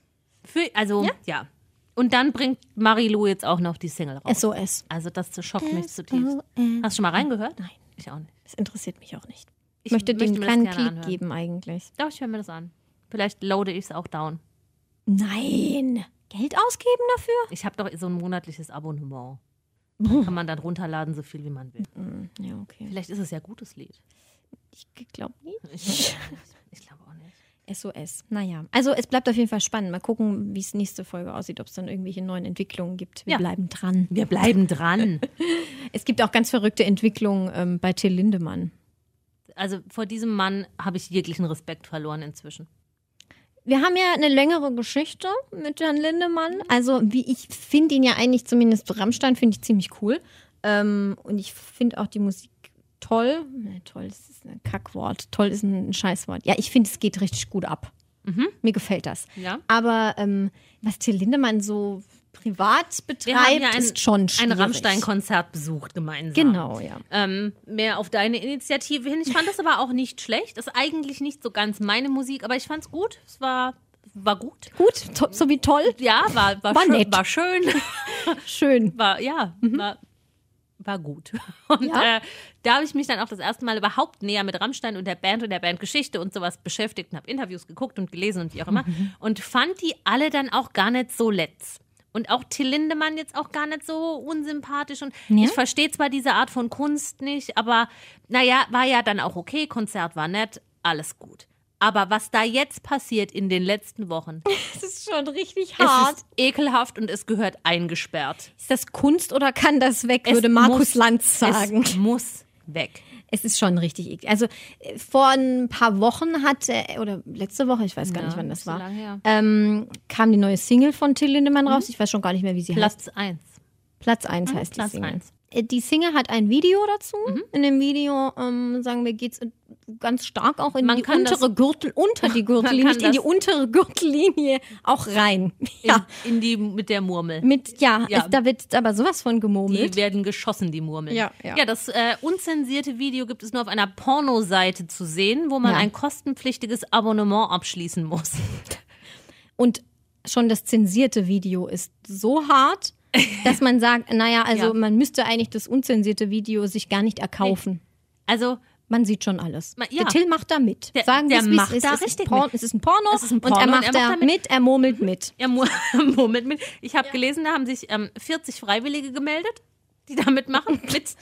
[SPEAKER 3] Für, also, ja? Und dann bringt Marilou jetzt auch noch die Single raus.
[SPEAKER 2] SOS.
[SPEAKER 3] also, das schockt mich zutiefst. Hast du schon mal reingehört? Nein. Ich auch nicht.
[SPEAKER 2] Das interessiert mich auch nicht. Ich
[SPEAKER 3] Ich
[SPEAKER 2] möchte,
[SPEAKER 3] möchte
[SPEAKER 2] dem
[SPEAKER 3] mir das
[SPEAKER 2] keinen
[SPEAKER 3] gerne
[SPEAKER 2] Klick
[SPEAKER 3] anhören.
[SPEAKER 2] geben eigentlich.
[SPEAKER 3] Doch, ich höre mir das an. Vielleicht loade ich es auch down.
[SPEAKER 2] Nein. Geld ausgeben dafür?
[SPEAKER 3] Ich habe doch so ein
[SPEAKER 2] [laughs]
[SPEAKER 3] monatliches Abonnement. Kann man dann runterladen, so viel wie man will.
[SPEAKER 2] Ja, okay.
[SPEAKER 3] Vielleicht ist es ja gutes Lied.
[SPEAKER 2] Ich glaube nicht. [laughs]
[SPEAKER 3] Ich, ich glaube auch nicht.
[SPEAKER 2] SOS. Naja, also es bleibt auf jeden Fall spannend. Mal gucken, wie es nächste Folge aussieht, ob es dann irgendwelche neuen Entwicklungen gibt. Wir
[SPEAKER 3] Ja.
[SPEAKER 2] bleiben dran.
[SPEAKER 3] Wir bleiben dran.
[SPEAKER 2] Es gibt auch ganz verrückte Entwicklungen ähm, bei Till Lindemann.
[SPEAKER 3] Also vor diesem Mann habe ich jeglichen Respekt verloren inzwischen.
[SPEAKER 2] Wir haben ja eine längere Geschichte mit Herrn Lindemann. Also, wie ich finde ihn ja eigentlich, zumindest Rammstein, finde ich ziemlich cool. Ähm, und ich finde auch die Musik toll. Ne, toll das ist ein Kackwort. Toll ist ein, ein Scheißwort. Ja, ich finde, es geht richtig gut ab. Mir gefällt das.
[SPEAKER 3] Mhm. Ja.
[SPEAKER 2] Aber ähm, was Till Lindemann so privat
[SPEAKER 3] Wir haben
[SPEAKER 2] betreibt,
[SPEAKER 3] ja ein,
[SPEAKER 2] ist schon schwierig.
[SPEAKER 3] ein Rammstein-Konzert besucht gemeinsam.
[SPEAKER 2] Genau, ja.
[SPEAKER 3] Ähm, mehr auf deine Initiative hin. Ich fand das aber auch nicht schlecht. Ist eigentlich nicht so ganz meine Musik, aber ich fand es gut. Es war, war gut.
[SPEAKER 2] Gut, to so wie
[SPEAKER 3] [laughs]
[SPEAKER 2] toll.
[SPEAKER 3] Ja, war, war,
[SPEAKER 2] War
[SPEAKER 3] schön-
[SPEAKER 2] nett.
[SPEAKER 3] War schön.
[SPEAKER 2] Schön.
[SPEAKER 3] war, ja, war, war gut. [laughs] Und
[SPEAKER 2] Mhm. Ja?
[SPEAKER 3] äh, da habe ich mich dann auch das erste Mal überhaupt näher mit Rammstein und der Band und der Bandgeschichte und sowas beschäftigt und habe Interviews geguckt und gelesen und wie auch immer.
[SPEAKER 2] Mhm.
[SPEAKER 3] Und fand die alle dann auch gar nicht so letz. Und auch Till Lindemann jetzt auch gar nicht so unsympathisch. Und
[SPEAKER 2] Ja?
[SPEAKER 3] ich verstehe zwar diese Art von Kunst nicht, aber naja, war ja dann auch okay. Konzert war nett, alles gut. Aber was da jetzt passiert in den letzten Wochen,
[SPEAKER 2] Das ist schon richtig
[SPEAKER 3] es ist ekelhaft und es gehört eingesperrt.
[SPEAKER 2] Ist das Kunst oder kann das weg,
[SPEAKER 3] Es
[SPEAKER 2] würde Markus
[SPEAKER 3] muss-
[SPEAKER 2] Lanz sagen.
[SPEAKER 3] Es muss weg.
[SPEAKER 2] Es ist schon richtig eklig. Also äh, vor ein paar Wochen hat, äh, oder letzte Woche, ich weiß gar nicht, wann das war, ähm, kam die neue Single von Till Lindemann raus. Ich weiß schon gar nicht mehr, wie sie heißt.
[SPEAKER 3] Mhm. Platz 1.
[SPEAKER 2] Platz 1 heißt
[SPEAKER 3] Platz
[SPEAKER 2] die Single.
[SPEAKER 3] eins. Mhm.
[SPEAKER 2] Äh, Die Single hat ein Video dazu. In dem Video, ähm, sagen wir, geht es ganz stark auch in
[SPEAKER 3] Man
[SPEAKER 2] die
[SPEAKER 3] kann
[SPEAKER 2] untere Gürtel, unter
[SPEAKER 3] [laughs]
[SPEAKER 2] die Gürtellinie,
[SPEAKER 3] kann
[SPEAKER 2] nicht in die
[SPEAKER 3] das-
[SPEAKER 2] untere Gürtellinie auch rein. Ja,
[SPEAKER 3] In, in die mit der Murmel.
[SPEAKER 2] mit, ja,
[SPEAKER 3] Ja.
[SPEAKER 2] Es, da wird aber sowas von gemurmelt.
[SPEAKER 3] Die werden geschossen, die Murmeln.
[SPEAKER 2] Ja, ja.
[SPEAKER 3] das äh, unzensierte Video gibt es nur auf einer Pornoseite zu sehen, wo man
[SPEAKER 2] Ja.
[SPEAKER 3] ein kostenpflichtiges Abonnement abschließen muss.
[SPEAKER 2] Und schon das zensierte Video ist so hart, dass man
[SPEAKER 3] [laughs]
[SPEAKER 2] sagt, naja, also
[SPEAKER 3] Ja.
[SPEAKER 2] man müsste eigentlich das unzensierte Video sich gar nicht erkaufen.
[SPEAKER 3] Also,
[SPEAKER 2] Man sieht schon alles.
[SPEAKER 3] Ma- ja.
[SPEAKER 2] Der Till macht da mit.
[SPEAKER 3] Der-
[SPEAKER 2] Sagen wir
[SPEAKER 3] der
[SPEAKER 2] es, wie es
[SPEAKER 3] macht
[SPEAKER 2] ist.
[SPEAKER 3] da
[SPEAKER 2] es, ist
[SPEAKER 3] richtig
[SPEAKER 2] Porn,
[SPEAKER 3] mit.
[SPEAKER 2] es ist ein Porno
[SPEAKER 3] Es ist ein
[SPEAKER 2] und
[SPEAKER 3] Porno
[SPEAKER 2] er
[SPEAKER 3] und
[SPEAKER 2] macht
[SPEAKER 3] er macht
[SPEAKER 2] da
[SPEAKER 3] da
[SPEAKER 2] mit.
[SPEAKER 3] mit.
[SPEAKER 2] er murmelt mit.
[SPEAKER 3] ja, [laughs] Mur Murmeln mit. Ich habe gelesen, da haben sich ähm, 40 Freiwillige gemeldet, die da mitmachen. Mit,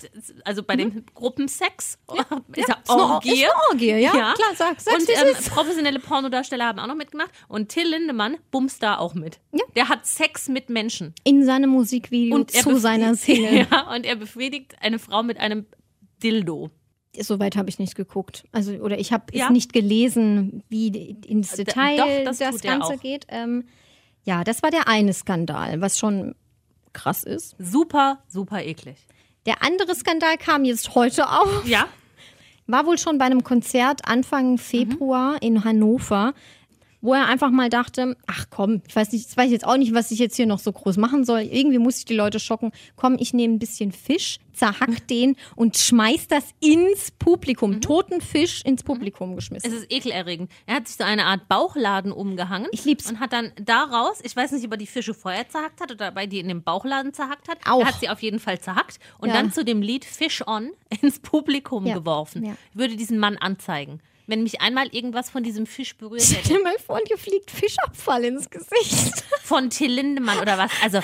[SPEAKER 3] also bei dem Gruppensex. Ist ja,
[SPEAKER 2] Mhm. Ist eine Or-
[SPEAKER 3] Orgie.
[SPEAKER 2] Ist eine Orgie, ja? Klar, sag, sag's,
[SPEAKER 3] Und
[SPEAKER 2] wie es
[SPEAKER 3] ähm,
[SPEAKER 2] ist.
[SPEAKER 3] professionelle Pornodarsteller haben auch noch mitgemacht. Und Till Lindemann bumst da auch mit.
[SPEAKER 2] Ja.
[SPEAKER 3] Der hat Sex mit Menschen.
[SPEAKER 2] In seinem Musikvideo
[SPEAKER 3] Und er
[SPEAKER 2] zu
[SPEAKER 3] bef- [laughs]
[SPEAKER 2] seiner Single.
[SPEAKER 3] Ja, und er befriedigt eine Frau mit einem Dildo.
[SPEAKER 2] Soweit habe ich nicht geguckt. Also, oder ich habe
[SPEAKER 3] Ja.
[SPEAKER 2] es nicht gelesen, wie d- ins
[SPEAKER 3] Da-
[SPEAKER 2] Detail
[SPEAKER 3] doch,
[SPEAKER 2] das,
[SPEAKER 3] das tut er
[SPEAKER 2] Ganze
[SPEAKER 3] auch.
[SPEAKER 2] geht. Ähm, ja, das war der eine Skandal, was schon krass ist.
[SPEAKER 3] Super, super eklig.
[SPEAKER 2] Der andere Skandal kam jetzt heute auf.
[SPEAKER 3] Ja.
[SPEAKER 2] War wohl schon bei einem Konzert Anfang
[SPEAKER 3] Mhm.
[SPEAKER 2] Februar in Hannover, wo er einfach mal dachte, ach komm, ich weiß nicht, ich weiß jetzt auch nicht, was ich jetzt hier noch so groß machen soll. Irgendwie muss ich die Leute schocken. Komm, ich nehme ein bisschen Fisch,
[SPEAKER 3] Mhm.
[SPEAKER 2] zerhack den und schmeiß das ins Publikum. Toten Fisch ins Publikum geschmissen.
[SPEAKER 3] Mhm. Es ist ekelerregend. Er hat sich so eine Art Bauchladen umgehangen.
[SPEAKER 2] Ich lieb's.
[SPEAKER 3] Und hat dann daraus, ich weiß nicht, ob er die Fische vorher zerhackt hat oder bei die in dem Bauchladen zerhackt hat.
[SPEAKER 2] Auch.
[SPEAKER 3] Er hat sie auf jeden Fall zerhackt und
[SPEAKER 2] Ja.
[SPEAKER 3] dann zu dem Lied Fish On [laughs] ins Publikum
[SPEAKER 2] Ja.
[SPEAKER 3] geworfen.
[SPEAKER 2] Ja.
[SPEAKER 3] Ich würde diesen Mann anzeigen. wenn mich einmal irgendwas von diesem Fisch berührt hätte.
[SPEAKER 2] [laughs] Stell dir mal vor, dir fliegt Fischabfall ins Gesicht.
[SPEAKER 3] Von Till Lindemann oder was? Also,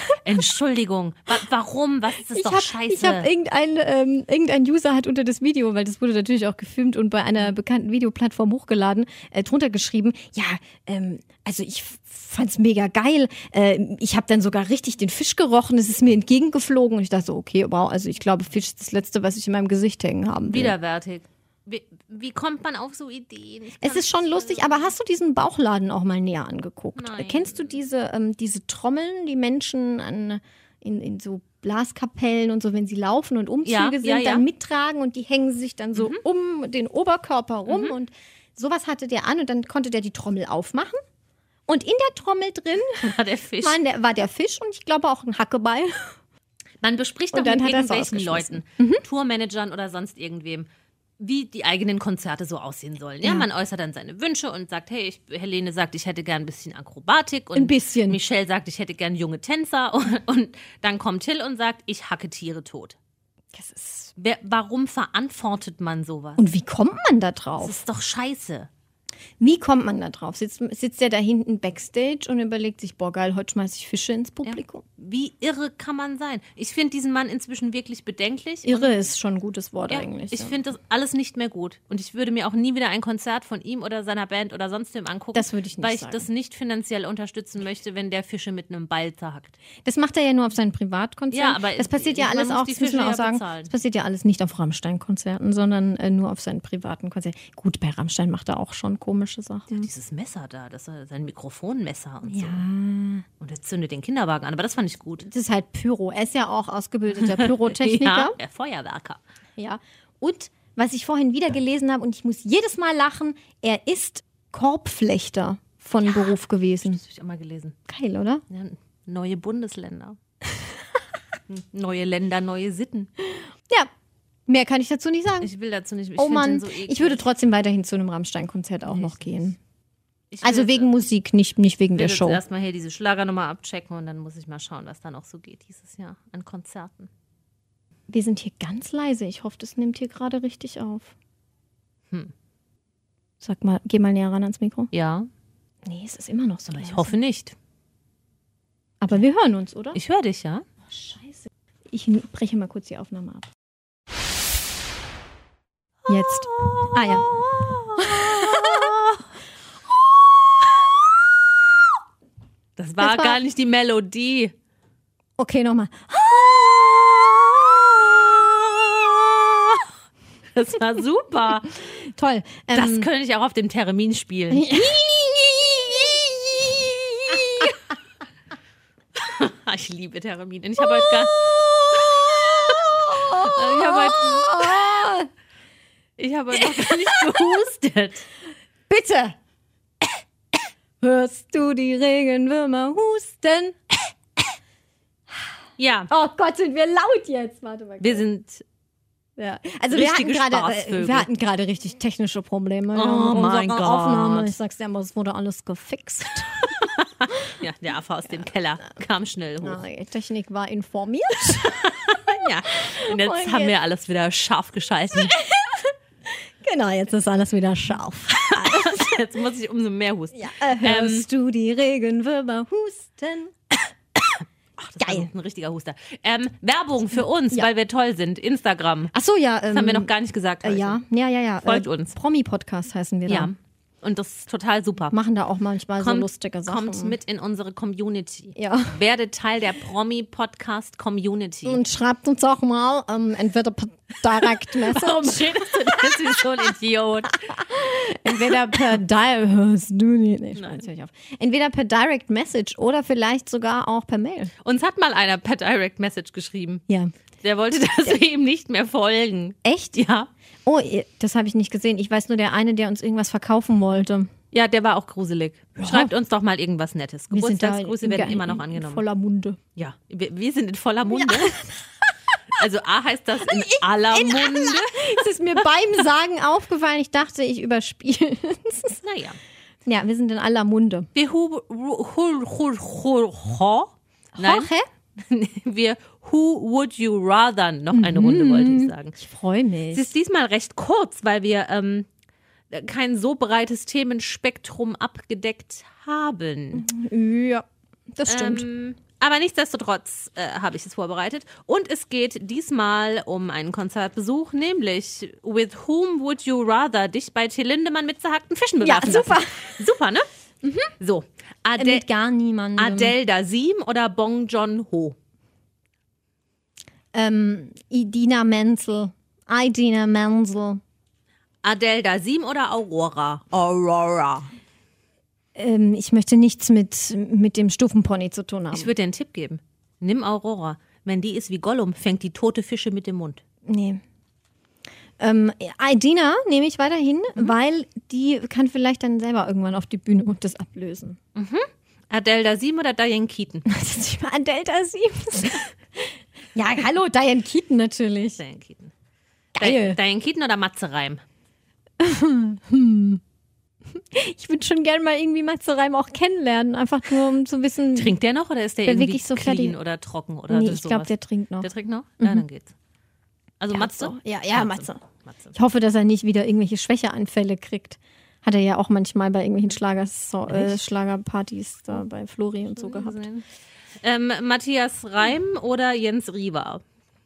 [SPEAKER 3] Entschuldigung. Wa warum? Was ist das doch
[SPEAKER 2] hab-
[SPEAKER 3] scheiße?
[SPEAKER 2] Ich habe irgendein, ähm, irgendein User hat unter das Video, weil das wurde natürlich auch gefilmt und bei einer bekannten Videoplattform hochgeladen, äh, drunter geschrieben, ja, ähm, also ich f- fand's mega geil. Äh, ich habe dann sogar richtig den Fisch gerochen, es ist mir entgegengeflogen und ich dachte so, okay, wow, also ich glaube, Fisch ist das Letzte, was ich in meinem Gesicht hängen haben will.
[SPEAKER 3] Widerwärtig. Wie, wie kommt man auf so Ideen? Ich
[SPEAKER 2] Es
[SPEAKER 3] kann
[SPEAKER 2] ist schon
[SPEAKER 3] nicht-
[SPEAKER 2] lustig, aber hast du diesen Bauchladen auch mal näher angeguckt?
[SPEAKER 3] Nein.
[SPEAKER 2] Kennst du diese, ähm, diese Trommeln, die Menschen an, in, in so Blaskapellen und so, wenn sie laufen und Umzüge
[SPEAKER 3] Ja, ja,
[SPEAKER 2] sind,
[SPEAKER 3] ja. Mhm.
[SPEAKER 2] dann mittragen und die hängen sich dann so um den Oberkörper rum und sowas hatte der an und dann konnte der die Trommel aufmachen. Und in der Trommel drin
[SPEAKER 3] [laughs] War [laughs] der Fisch.
[SPEAKER 2] waren der, war der Fisch und ich glaube auch ein Hackeball.
[SPEAKER 3] Man bespricht
[SPEAKER 2] Und
[SPEAKER 3] doch
[SPEAKER 2] dann
[SPEAKER 3] mit
[SPEAKER 2] hat er's Mhm.
[SPEAKER 3] irgendwelchen Leuten,
[SPEAKER 2] ausgeschmissen.
[SPEAKER 3] Tourmanagern oder sonst irgendwem, wie die eigenen Konzerte so aussehen sollen. Ja,
[SPEAKER 2] Ja.
[SPEAKER 3] man äußert dann seine Wünsche und sagt, hey, ich, Helene sagt, ich hätte gern ein bisschen Akrobatik und
[SPEAKER 2] Ein bisschen.
[SPEAKER 3] Michelle sagt, ich hätte gern junge Tänzer [laughs] und, und dann kommt Till und sagt, ich hacke Tiere tot.
[SPEAKER 2] Das ist
[SPEAKER 3] Wer, warum verantwortet man sowas?
[SPEAKER 2] [laughs] und wie kommt man da
[SPEAKER 3] Das
[SPEAKER 2] drauf?
[SPEAKER 3] ist doch scheiße.
[SPEAKER 2] Wie kommt man da drauf? Sitzt, sitzt der da hinten Backstage und überlegt sich, boah geil, heute schmeiß ich Fische ins Publikum?
[SPEAKER 3] Wie irre kann man sein? Ich finde diesen Mann inzwischen wirklich bedenklich.
[SPEAKER 2] Irre ist schon ein gutes Wort
[SPEAKER 3] Ja,
[SPEAKER 2] eigentlich.
[SPEAKER 3] ich
[SPEAKER 2] ja.
[SPEAKER 3] finde das alles nicht mehr gut. Und ich würde mir auch nie wieder ein Konzert von ihm oder seiner Band oder sonst wem angucken.
[SPEAKER 2] Das würde ich nicht
[SPEAKER 3] Weil ich
[SPEAKER 2] sagen.
[SPEAKER 3] das nicht finanziell unterstützen möchte, wenn der Fische mit einem Ball zerhackt.
[SPEAKER 2] das macht er ja nur auf seinen Privatkonzerten.
[SPEAKER 3] Ja, aber
[SPEAKER 2] das passiert ja
[SPEAKER 3] man
[SPEAKER 2] alles
[SPEAKER 3] muss
[SPEAKER 2] auch,
[SPEAKER 3] die
[SPEAKER 2] das müssen wir
[SPEAKER 3] Fische
[SPEAKER 2] auch
[SPEAKER 3] ja
[SPEAKER 2] sagen.
[SPEAKER 3] bezahlen.
[SPEAKER 2] Das passiert ja alles nicht auf Rammstein-Konzerten, sondern äh, nur auf seinen privaten Konzerten. Gut, bei Rammstein macht er auch schon komische Sachen.
[SPEAKER 3] Dieses Messer da, das war sein Mikrofonmesser und so.
[SPEAKER 2] Mhm. Ja,
[SPEAKER 3] Und er zündet den Kinderwagen an, aber das fand ich gut.
[SPEAKER 2] das ist halt Pyro. Er ist ja auch [laughs] ausgebildeter Pyrotechniker.
[SPEAKER 3] Ja, der Feuerwerker.
[SPEAKER 2] Ja. Und was ich vorhin wieder gelesen habe, und ich muss jedes Mal lachen, er ist Korbflechter von Beruf gewesen.
[SPEAKER 3] Das habe ich auch mal gelesen.
[SPEAKER 2] Geil, oder?
[SPEAKER 3] Ja,
[SPEAKER 2] [laughs]
[SPEAKER 3] neue Bundesländer. neue Länder, neue Sitten.
[SPEAKER 2] Ja. Mehr kann ich dazu nicht sagen.
[SPEAKER 3] Ich will dazu nicht. Ich
[SPEAKER 2] oh
[SPEAKER 3] find
[SPEAKER 2] Mann,
[SPEAKER 3] den so eklig.
[SPEAKER 2] ich würde trotzdem weiterhin zu einem Rammstein-Konzert auch noch gehen.
[SPEAKER 3] Ich will
[SPEAKER 2] Also
[SPEAKER 3] jetzt-
[SPEAKER 2] wegen Musik, nicht, nicht wegen der
[SPEAKER 3] will
[SPEAKER 2] Show.
[SPEAKER 3] jetzt erstmal hier diese Schlagernummer abchecken und dann muss ich mal schauen, was da noch so geht dieses Jahr an Konzerten.
[SPEAKER 2] Wir sind hier ganz leise. Ich hoffe, das nimmt hier gerade richtig auf.
[SPEAKER 3] Hm.
[SPEAKER 2] Sag mal, geh mal näher ran ans Mikro.
[SPEAKER 3] Ja,
[SPEAKER 2] Nee, es ist immer noch so leise.
[SPEAKER 3] ich hoffe nicht.
[SPEAKER 2] Aber wir hören uns, oder?
[SPEAKER 3] Ich höre dich, ja?
[SPEAKER 2] oh, scheiße. Ich breche mal kurz die Aufnahme ab. Jetzt. Ah ja.
[SPEAKER 3] Das war,
[SPEAKER 2] Das war-
[SPEAKER 3] gar nicht die Melodie.
[SPEAKER 2] Okay, [laughs] nochmal.
[SPEAKER 3] Das war super.
[SPEAKER 2] Toll. Ähm,
[SPEAKER 3] Das könnte ich auch auf dem Termin spielen. Ah, Ich liebe Termin. Ich habe heute [laughs] gar. Ich habe heute,
[SPEAKER 2] Ah.
[SPEAKER 3] ich [laughs] habe heute noch gar nicht gehustet.
[SPEAKER 2] Bitte! Hörst du die Regenwürmer husten?
[SPEAKER 3] Ja,
[SPEAKER 2] Oh Gott, sind wir laut jetzt. Warte mal.
[SPEAKER 3] wir sind.
[SPEAKER 2] Ja. Also wir hatten,
[SPEAKER 3] Richtige
[SPEAKER 2] gerade, äh,
[SPEAKER 3] Spaßvögel.
[SPEAKER 2] wir hatten gerade richtig technische Probleme.
[SPEAKER 3] Oh
[SPEAKER 2] mit
[SPEAKER 3] mein
[SPEAKER 2] unserer
[SPEAKER 3] Gott.
[SPEAKER 2] Aufnahme. Ich sag's dir aber, es wurde alles gefixt.
[SPEAKER 3] Ja, der Affe aus dem Keller kam schnell
[SPEAKER 2] [laughs]
[SPEAKER 3] hoch.
[SPEAKER 2] Die Technik war informiert. [laughs]
[SPEAKER 3] Ja. Und jetzt
[SPEAKER 2] Und
[SPEAKER 3] haben
[SPEAKER 2] jetzt-
[SPEAKER 3] wir alles wieder scharf
[SPEAKER 2] [laughs]
[SPEAKER 3] geschalten.
[SPEAKER 2] genau, jetzt ist alles wieder scharf.
[SPEAKER 3] Jetzt muss ich umso mehr husten.
[SPEAKER 2] Ja.
[SPEAKER 3] [laughs]
[SPEAKER 2] Äh, Hörst du die Regenwürmer husten?
[SPEAKER 3] Ach, das
[SPEAKER 2] Geil.
[SPEAKER 3] War ein richtiger Huster. Ähm, Werbung für uns,
[SPEAKER 2] Ja.
[SPEAKER 3] weil wir toll sind. Instagram.
[SPEAKER 2] Ach so, ja.
[SPEAKER 3] Das haben wir noch gar nicht gesagt.
[SPEAKER 2] äh,
[SPEAKER 3] Heute.
[SPEAKER 2] ja, ja, ja, ja.
[SPEAKER 3] ähm, Folgt
[SPEAKER 2] äh,
[SPEAKER 3] uns.
[SPEAKER 2] Promi-Podcast heißen wir
[SPEAKER 3] Ja.
[SPEAKER 2] da.
[SPEAKER 3] Und das ist total super.
[SPEAKER 2] Machen da auch manchmal so lustige Sachen.
[SPEAKER 3] kommt mit in unsere Community.
[SPEAKER 2] Ja.
[SPEAKER 3] Werde Teil der Promi-Podcast-Community.
[SPEAKER 2] Und schreibt uns auch mal, ähm, entweder
[SPEAKER 3] [laughs]
[SPEAKER 2] per Direct
[SPEAKER 3] Warum
[SPEAKER 2] Message,
[SPEAKER 3] redest du das wie so ein Idiot?
[SPEAKER 2] entweder per Di [laughs] hörst du die, nee, Spaß, hör ich auf. Entweder per Direct Message oder vielleicht sogar auch per Mail.
[SPEAKER 3] Uns hat mal einer per Direct Message geschrieben.
[SPEAKER 2] Ja.
[SPEAKER 3] Der wollte,
[SPEAKER 2] [laughs]
[SPEAKER 3] dass wir ihm nicht mehr folgen.
[SPEAKER 2] Echt?
[SPEAKER 3] Ja.
[SPEAKER 2] Oh, ihr- das habe ich nicht gesehen. Ich weiß nur der eine, der uns irgendwas verkaufen wollte.
[SPEAKER 3] Ja, der war auch gruselig. Schreibt uns doch mal irgendwas Nettes.
[SPEAKER 2] Wir sind da
[SPEAKER 3] Geburtstagsgrüße
[SPEAKER 2] in-
[SPEAKER 3] werden
[SPEAKER 2] in-
[SPEAKER 3] immer noch
[SPEAKER 2] in
[SPEAKER 3] angenommen.
[SPEAKER 2] Voller Munde.
[SPEAKER 3] ja, wir, wir sind in voller Munde. [laughs] Also A heißt das in aller Munde.
[SPEAKER 2] Es ist mir beim Sagen [laughs] aufgefallen. Ich dachte, ich überspiele. [laughs]
[SPEAKER 3] Naja.
[SPEAKER 2] ja, wir sind in aller Munde.
[SPEAKER 3] Wir hu, ru, hul, hul, hul, ho. Nein,
[SPEAKER 2] Jorge?
[SPEAKER 3] [laughs] wir who would you
[SPEAKER 2] Mhm.
[SPEAKER 3] rather noch eine Runde, wollte ich sagen.
[SPEAKER 2] Ich freue mich.
[SPEAKER 3] Es ist diesmal recht kurz, weil wir ähm, äh, kein so breites Themenspektrum abgedeckt haben.
[SPEAKER 2] Ja, das stimmt.
[SPEAKER 3] Ähm, aber nichtsdestotrotz äh, habe ich es vorbereitet. Und es geht diesmal um einen Konzertbesuch, nämlich With Whom Would You Rather dich bei Till Lindemann mit zerhackten Fischen
[SPEAKER 2] Ja,
[SPEAKER 3] bewerfen
[SPEAKER 2] super. Äh,
[SPEAKER 3] Lassen. Super, ne? So. Adele,
[SPEAKER 2] Mit gar niemandem.
[SPEAKER 3] Adele Dasim oder Bong Joon Ho?
[SPEAKER 2] Ähm, Idina Menzel. Idina Menzel.
[SPEAKER 3] Adele Dasim oder Aurora? Aurora.
[SPEAKER 2] Ähm, ich möchte nichts mit, mit dem Stufenpony zu tun haben.
[SPEAKER 3] Ich würde dir einen Tipp geben. Nimm Aurora. Wenn die ist wie Gollum, fängt die tote Fische mit dem Mund.
[SPEAKER 2] Nee. Ähm, Idina nehme ich weiterhin,
[SPEAKER 3] Mhm.
[SPEAKER 2] weil die kann vielleicht dann selber irgendwann auf die Bühne und das ablösen. [laughs]
[SPEAKER 3] Adele Dasim oder Diane Keaton?
[SPEAKER 2] Das ist immer an Delta
[SPEAKER 3] [laughs]
[SPEAKER 2] 7. ja, hallo, Diane Keaton natürlich.
[SPEAKER 3] Diane Keaton.
[SPEAKER 2] Geil.
[SPEAKER 3] Di- Diane Keaton oder Matze Reim?
[SPEAKER 2] Ich würde schon gerne mal irgendwie Matze Reim auch kennenlernen, einfach nur um zu wissen.
[SPEAKER 3] Trinkt der noch oder ist der
[SPEAKER 2] Bin
[SPEAKER 3] irgendwie
[SPEAKER 2] wirklich so
[SPEAKER 3] clean
[SPEAKER 2] fertig.
[SPEAKER 3] oder trocken oder
[SPEAKER 2] nee,
[SPEAKER 3] das
[SPEAKER 2] ich glaube,
[SPEAKER 3] sowas?
[SPEAKER 2] der trinkt noch.
[SPEAKER 3] Der trinkt noch? Ja, dann geht's. Also Matze?
[SPEAKER 2] so. Ja, ja, Matze.
[SPEAKER 3] Matze.
[SPEAKER 2] Ich hoffe, dass er nicht wieder irgendwelche Schwächeanfälle kriegt. Hat er ja auch manchmal bei irgendwelchen Schlagers äh, Schlagerpartys da bei Flori und so gehabt.
[SPEAKER 3] Ähm, Matthias Reim oder Jens Riva?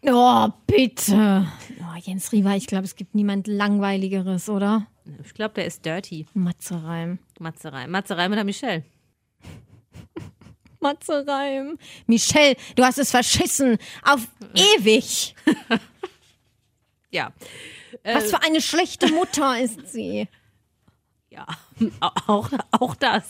[SPEAKER 2] Oh, bitte. Oh, Jens Riva, ich glaube, es gibt niemand langweiligeres, oder?
[SPEAKER 3] Ich glaube, der ist dirty.
[SPEAKER 2] Matze Reim.
[SPEAKER 3] Matze Reim. Matze Reim oder Michelle?
[SPEAKER 2] Matze Reim. Michelle, du hast es verschissen. Auf
[SPEAKER 3] Äh.
[SPEAKER 2] ewig.
[SPEAKER 3] Ja. Äh.
[SPEAKER 2] Was für eine schlechte Mutter ist sie.
[SPEAKER 3] Ja. [laughs] auch, auch das.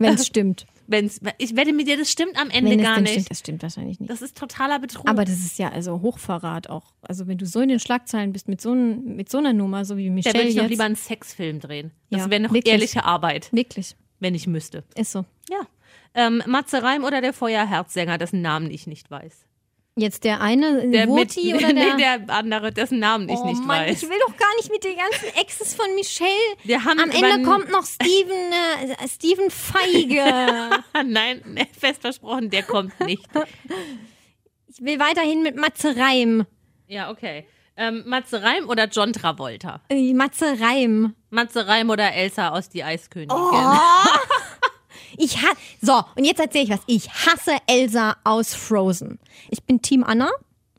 [SPEAKER 2] Wenn es stimmt.
[SPEAKER 3] Wenn's, ich wette mit dir, das stimmt am Ende
[SPEAKER 2] Wenn es
[SPEAKER 3] gar
[SPEAKER 2] denn
[SPEAKER 3] nicht.
[SPEAKER 2] stimmt, das stimmt wahrscheinlich nicht.
[SPEAKER 3] Das ist totaler Betrug.
[SPEAKER 2] Aber das ist ja also Hochverrat auch. Also wenn du so in den Schlagzeilen bist mit so, n- mit so einer Nummer, so wie
[SPEAKER 3] da
[SPEAKER 2] Michelle
[SPEAKER 3] würde ich noch
[SPEAKER 2] jetzt.
[SPEAKER 3] lieber einen Sexfilm drehen. Das
[SPEAKER 2] Ja,
[SPEAKER 3] wäre noch
[SPEAKER 2] wirklich.
[SPEAKER 3] ehrliche Arbeit,
[SPEAKER 2] Wirklich,
[SPEAKER 3] wenn ich müsste.
[SPEAKER 2] ist so.
[SPEAKER 3] Ja. Ähm, Matze Reim oder der Feuerherzsänger, dessen Namen ich nicht weiß.
[SPEAKER 2] Jetzt der eine, der Wurti
[SPEAKER 3] mit,
[SPEAKER 2] oder der...
[SPEAKER 3] [laughs] Nee, der andere, dessen Namen ich
[SPEAKER 2] oh
[SPEAKER 3] nicht
[SPEAKER 2] Mann,
[SPEAKER 3] weiß.
[SPEAKER 2] ich will doch gar nicht mit den ganzen Exes von Michelle.
[SPEAKER 3] Wir haben
[SPEAKER 2] Am
[SPEAKER 3] über n-
[SPEAKER 2] Ende kommt noch Steven, äh, Steven Feige.
[SPEAKER 3] [laughs] Ah, [laughs] Nein, nee, fest versprochen, der kommt
[SPEAKER 2] [laughs]
[SPEAKER 3] nicht.
[SPEAKER 2] ich will weiterhin mit Matze Reim.
[SPEAKER 3] ja, okay. Ähm, Matze Reim oder John Travolta?
[SPEAKER 2] Äh, Matze Reim.
[SPEAKER 3] Matze Reim oder Elsa aus Die Eiskönigin?
[SPEAKER 2] Oh. Ich ha so, und jetzt erzähle ich was. Ich hasse Elsa aus Frozen. Ich bin Team Anna.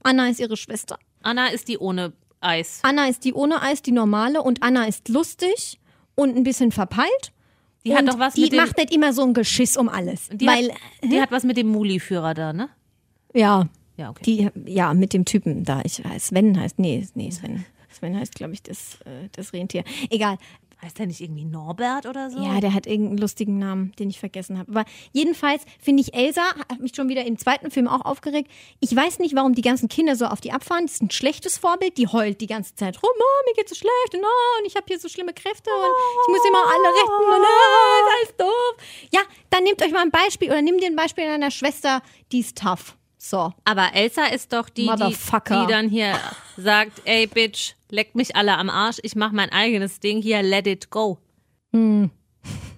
[SPEAKER 2] Anna ist ihre Schwester.
[SPEAKER 3] Anna ist die ohne Eis.
[SPEAKER 2] Anna ist die ohne Eis, die normale und Anna ist lustig und ein bisschen verpeilt.
[SPEAKER 3] Die hat
[SPEAKER 2] und
[SPEAKER 3] doch was
[SPEAKER 2] die
[SPEAKER 3] mit dem-
[SPEAKER 2] macht nicht immer so ein Geschiss um alles.
[SPEAKER 3] Die
[SPEAKER 2] weil,
[SPEAKER 3] hat, die hat was mit dem Muli-Führer da, ne?
[SPEAKER 2] ja,
[SPEAKER 3] Ja, okay.
[SPEAKER 2] die, ja, mit dem Typen da, ich weiß, Sven heißt, nee, nee, Sven. Sven heißt, glaube ich, das, äh, das Rentier. Egal.
[SPEAKER 3] heißt der nicht irgendwie Norbert oder so?
[SPEAKER 2] Ja, der hat irgendeinen lustigen Namen, den ich vergessen habe. Aber jedenfalls finde ich Elsa, hat mich schon wieder im zweiten Film auch aufgeregt. Ich weiß nicht, warum die ganzen Kinder so auf die abfahren. Das ist ein schlechtes Vorbild. Die heult die ganze Zeit rum. Oh, mir geht's so schlecht. Und, oh, und ich habe hier so schlimme Kräfte. Und ich muss immer alle retten. Und, oh, ist alles doof. Ja, dann nehmt euch mal ein Beispiel oder nimm dir ein Beispiel an deiner Schwester. Die ist tough. So.
[SPEAKER 3] Aber Elsa ist doch die, die,
[SPEAKER 2] Motherfucker.
[SPEAKER 3] die dann hier sagt, ey Bitch, leckt mich alle am Arsch, ich mach mein eigenes Ding hier, let it go. Hm.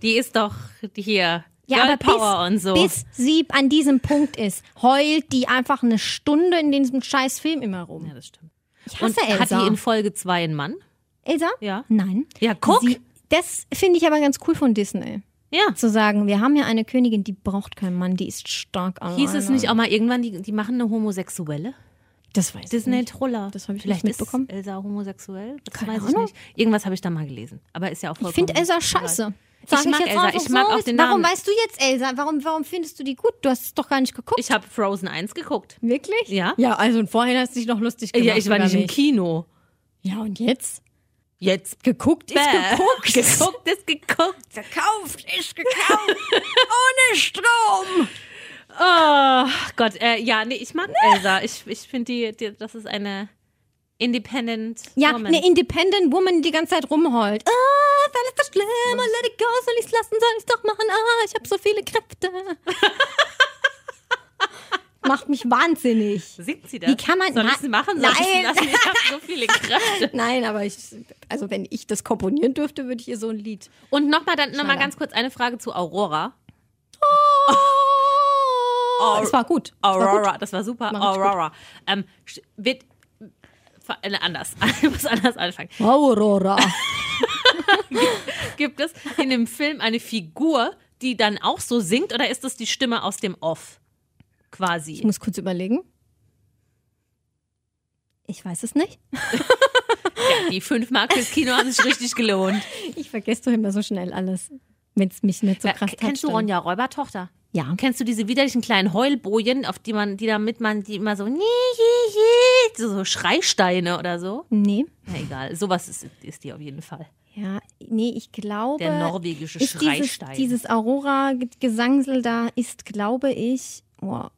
[SPEAKER 3] Die ist doch hier
[SPEAKER 2] Ja,
[SPEAKER 3] Girl
[SPEAKER 2] aber
[SPEAKER 3] Power
[SPEAKER 2] bis,
[SPEAKER 3] und so.
[SPEAKER 2] bis sie an diesem Punkt ist, heult die einfach eine Stunde in diesem scheiß Film immer
[SPEAKER 3] ja,
[SPEAKER 2] rum.
[SPEAKER 3] das stimmt.
[SPEAKER 2] Ich
[SPEAKER 3] Und
[SPEAKER 2] hasse Elsa.
[SPEAKER 3] hat die in Folge 2 einen Mann?
[SPEAKER 2] Elsa?
[SPEAKER 3] Ja.
[SPEAKER 2] Nein.
[SPEAKER 3] Ja, guck.
[SPEAKER 2] Sie, das finde ich aber ganz cool von Disney.
[SPEAKER 3] Ja.
[SPEAKER 2] Zu sagen, wir haben ja eine Königin, die braucht keinen Mann, die ist stark alleine.
[SPEAKER 3] Hieß es nicht auch mal irgendwann, die, die machen eine Homosexuelle?
[SPEAKER 2] Das weiß ich
[SPEAKER 3] Disney
[SPEAKER 2] nicht.
[SPEAKER 3] Troller.
[SPEAKER 2] Das habe ich
[SPEAKER 3] Vielleicht
[SPEAKER 2] nicht mitbekommen.
[SPEAKER 3] Ist Elsa homosexuell? Das
[SPEAKER 2] Keine
[SPEAKER 3] weiß ich
[SPEAKER 2] Ahnung.
[SPEAKER 3] nicht. Irgendwas habe ich da mal gelesen. Aber ist ja auch
[SPEAKER 2] Ich
[SPEAKER 3] vollkommen.
[SPEAKER 2] finde Elsa
[SPEAKER 3] egal.
[SPEAKER 2] scheiße.
[SPEAKER 3] Ich
[SPEAKER 2] Sag
[SPEAKER 3] mag
[SPEAKER 2] jetzt
[SPEAKER 3] Elsa.
[SPEAKER 2] einfach
[SPEAKER 3] Ich mag
[SPEAKER 2] so.
[SPEAKER 3] auch den
[SPEAKER 2] Warum
[SPEAKER 3] Namen.
[SPEAKER 2] weißt du jetzt Elsa? Warum, warum findest du die gut? Du hast es doch gar nicht geguckt.
[SPEAKER 3] Ich habe Frozen 1 geguckt.
[SPEAKER 2] Wirklich?
[SPEAKER 3] Ja.
[SPEAKER 2] Ja, also und vorhin hast du dich noch lustig gemacht.
[SPEAKER 3] Ja, ich war
[SPEAKER 2] über
[SPEAKER 3] nicht im
[SPEAKER 2] mich.
[SPEAKER 3] Kino.
[SPEAKER 2] Ja, und jetzt?
[SPEAKER 3] Jetzt
[SPEAKER 2] Geguckt ist
[SPEAKER 3] Bäh.
[SPEAKER 2] geguckt.
[SPEAKER 3] [laughs] geguckt ist geguckt.
[SPEAKER 2] Gekauft ist
[SPEAKER 3] [laughs]
[SPEAKER 2] gekauft. Ohne Strom.
[SPEAKER 3] Oh Gott, äh, ja, nee, ich mag Elsa. Ich, ich finde, die, die, das ist eine independent
[SPEAKER 2] Ja,
[SPEAKER 3] woman.
[SPEAKER 2] eine Independent Woman, die die ganze Zeit rumheult. Ah, ist alles so schlimm, oh, let it go, soll ich's lassen, soll ich's doch machen? Ah, ich habe so viele [laughs] Kräfte. Macht mich wahnsinnig.
[SPEAKER 3] Singt sie das?
[SPEAKER 2] Wie kann man-
[SPEAKER 3] Soll ich
[SPEAKER 2] Na-
[SPEAKER 3] machen? Soll ich's
[SPEAKER 2] Nein.
[SPEAKER 3] lassen? Ich habe so [laughs] viele Kräfte.
[SPEAKER 2] [laughs] Nein, aber ich, also wenn ich das komponieren dürfte, würde ich ihr so ein Lied.
[SPEAKER 3] Und nochmal dann noch mal
[SPEAKER 2] Schneller.
[SPEAKER 3] ganz kurz eine Frage zu Aurora. [laughs] Oh.
[SPEAKER 2] Oh, es war gut. Es war gut.
[SPEAKER 3] Aurora, das war super.
[SPEAKER 2] War richtig
[SPEAKER 3] Aurora. Ähm, [laughs] sch- wird. ver- äh, Anders. Ich muss anders anfangen.
[SPEAKER 2] Aurora.
[SPEAKER 3] Gibt es in dem Film eine Figur, die dann auch so singt oder ist das die Stimme aus dem Off?
[SPEAKER 2] [laughs] Ich
[SPEAKER 3] Quasi.
[SPEAKER 2] muss kurz überlegen. Ich weiß es nicht.
[SPEAKER 3] Die fünf Mark fürs Kino haben
[SPEAKER 2] [laughs]
[SPEAKER 3] sich richtig gelohnt.
[SPEAKER 2] Ich vergesse doch immer so schnell alles, wenn es mich nicht so
[SPEAKER 3] Ja,
[SPEAKER 2] krass
[SPEAKER 3] k- Äh, kennst du
[SPEAKER 2] toucht.
[SPEAKER 3] Ronja Räubertochter?
[SPEAKER 2] Ja.
[SPEAKER 3] Kennst du diese widerlichen kleinen Heulbojen, auf die man, die damit man, die immer so, nie, je, je, so, so Schreisteine oder so?
[SPEAKER 2] Nee.
[SPEAKER 3] Na egal, sowas ist, ist die auf jeden Fall.
[SPEAKER 2] Ja, nee, ich glaube.
[SPEAKER 3] Der norwegische
[SPEAKER 2] ist dieses,
[SPEAKER 3] Schreistein.
[SPEAKER 2] dieses Aurora-Gesangsel da ist, glaube ich. Boah,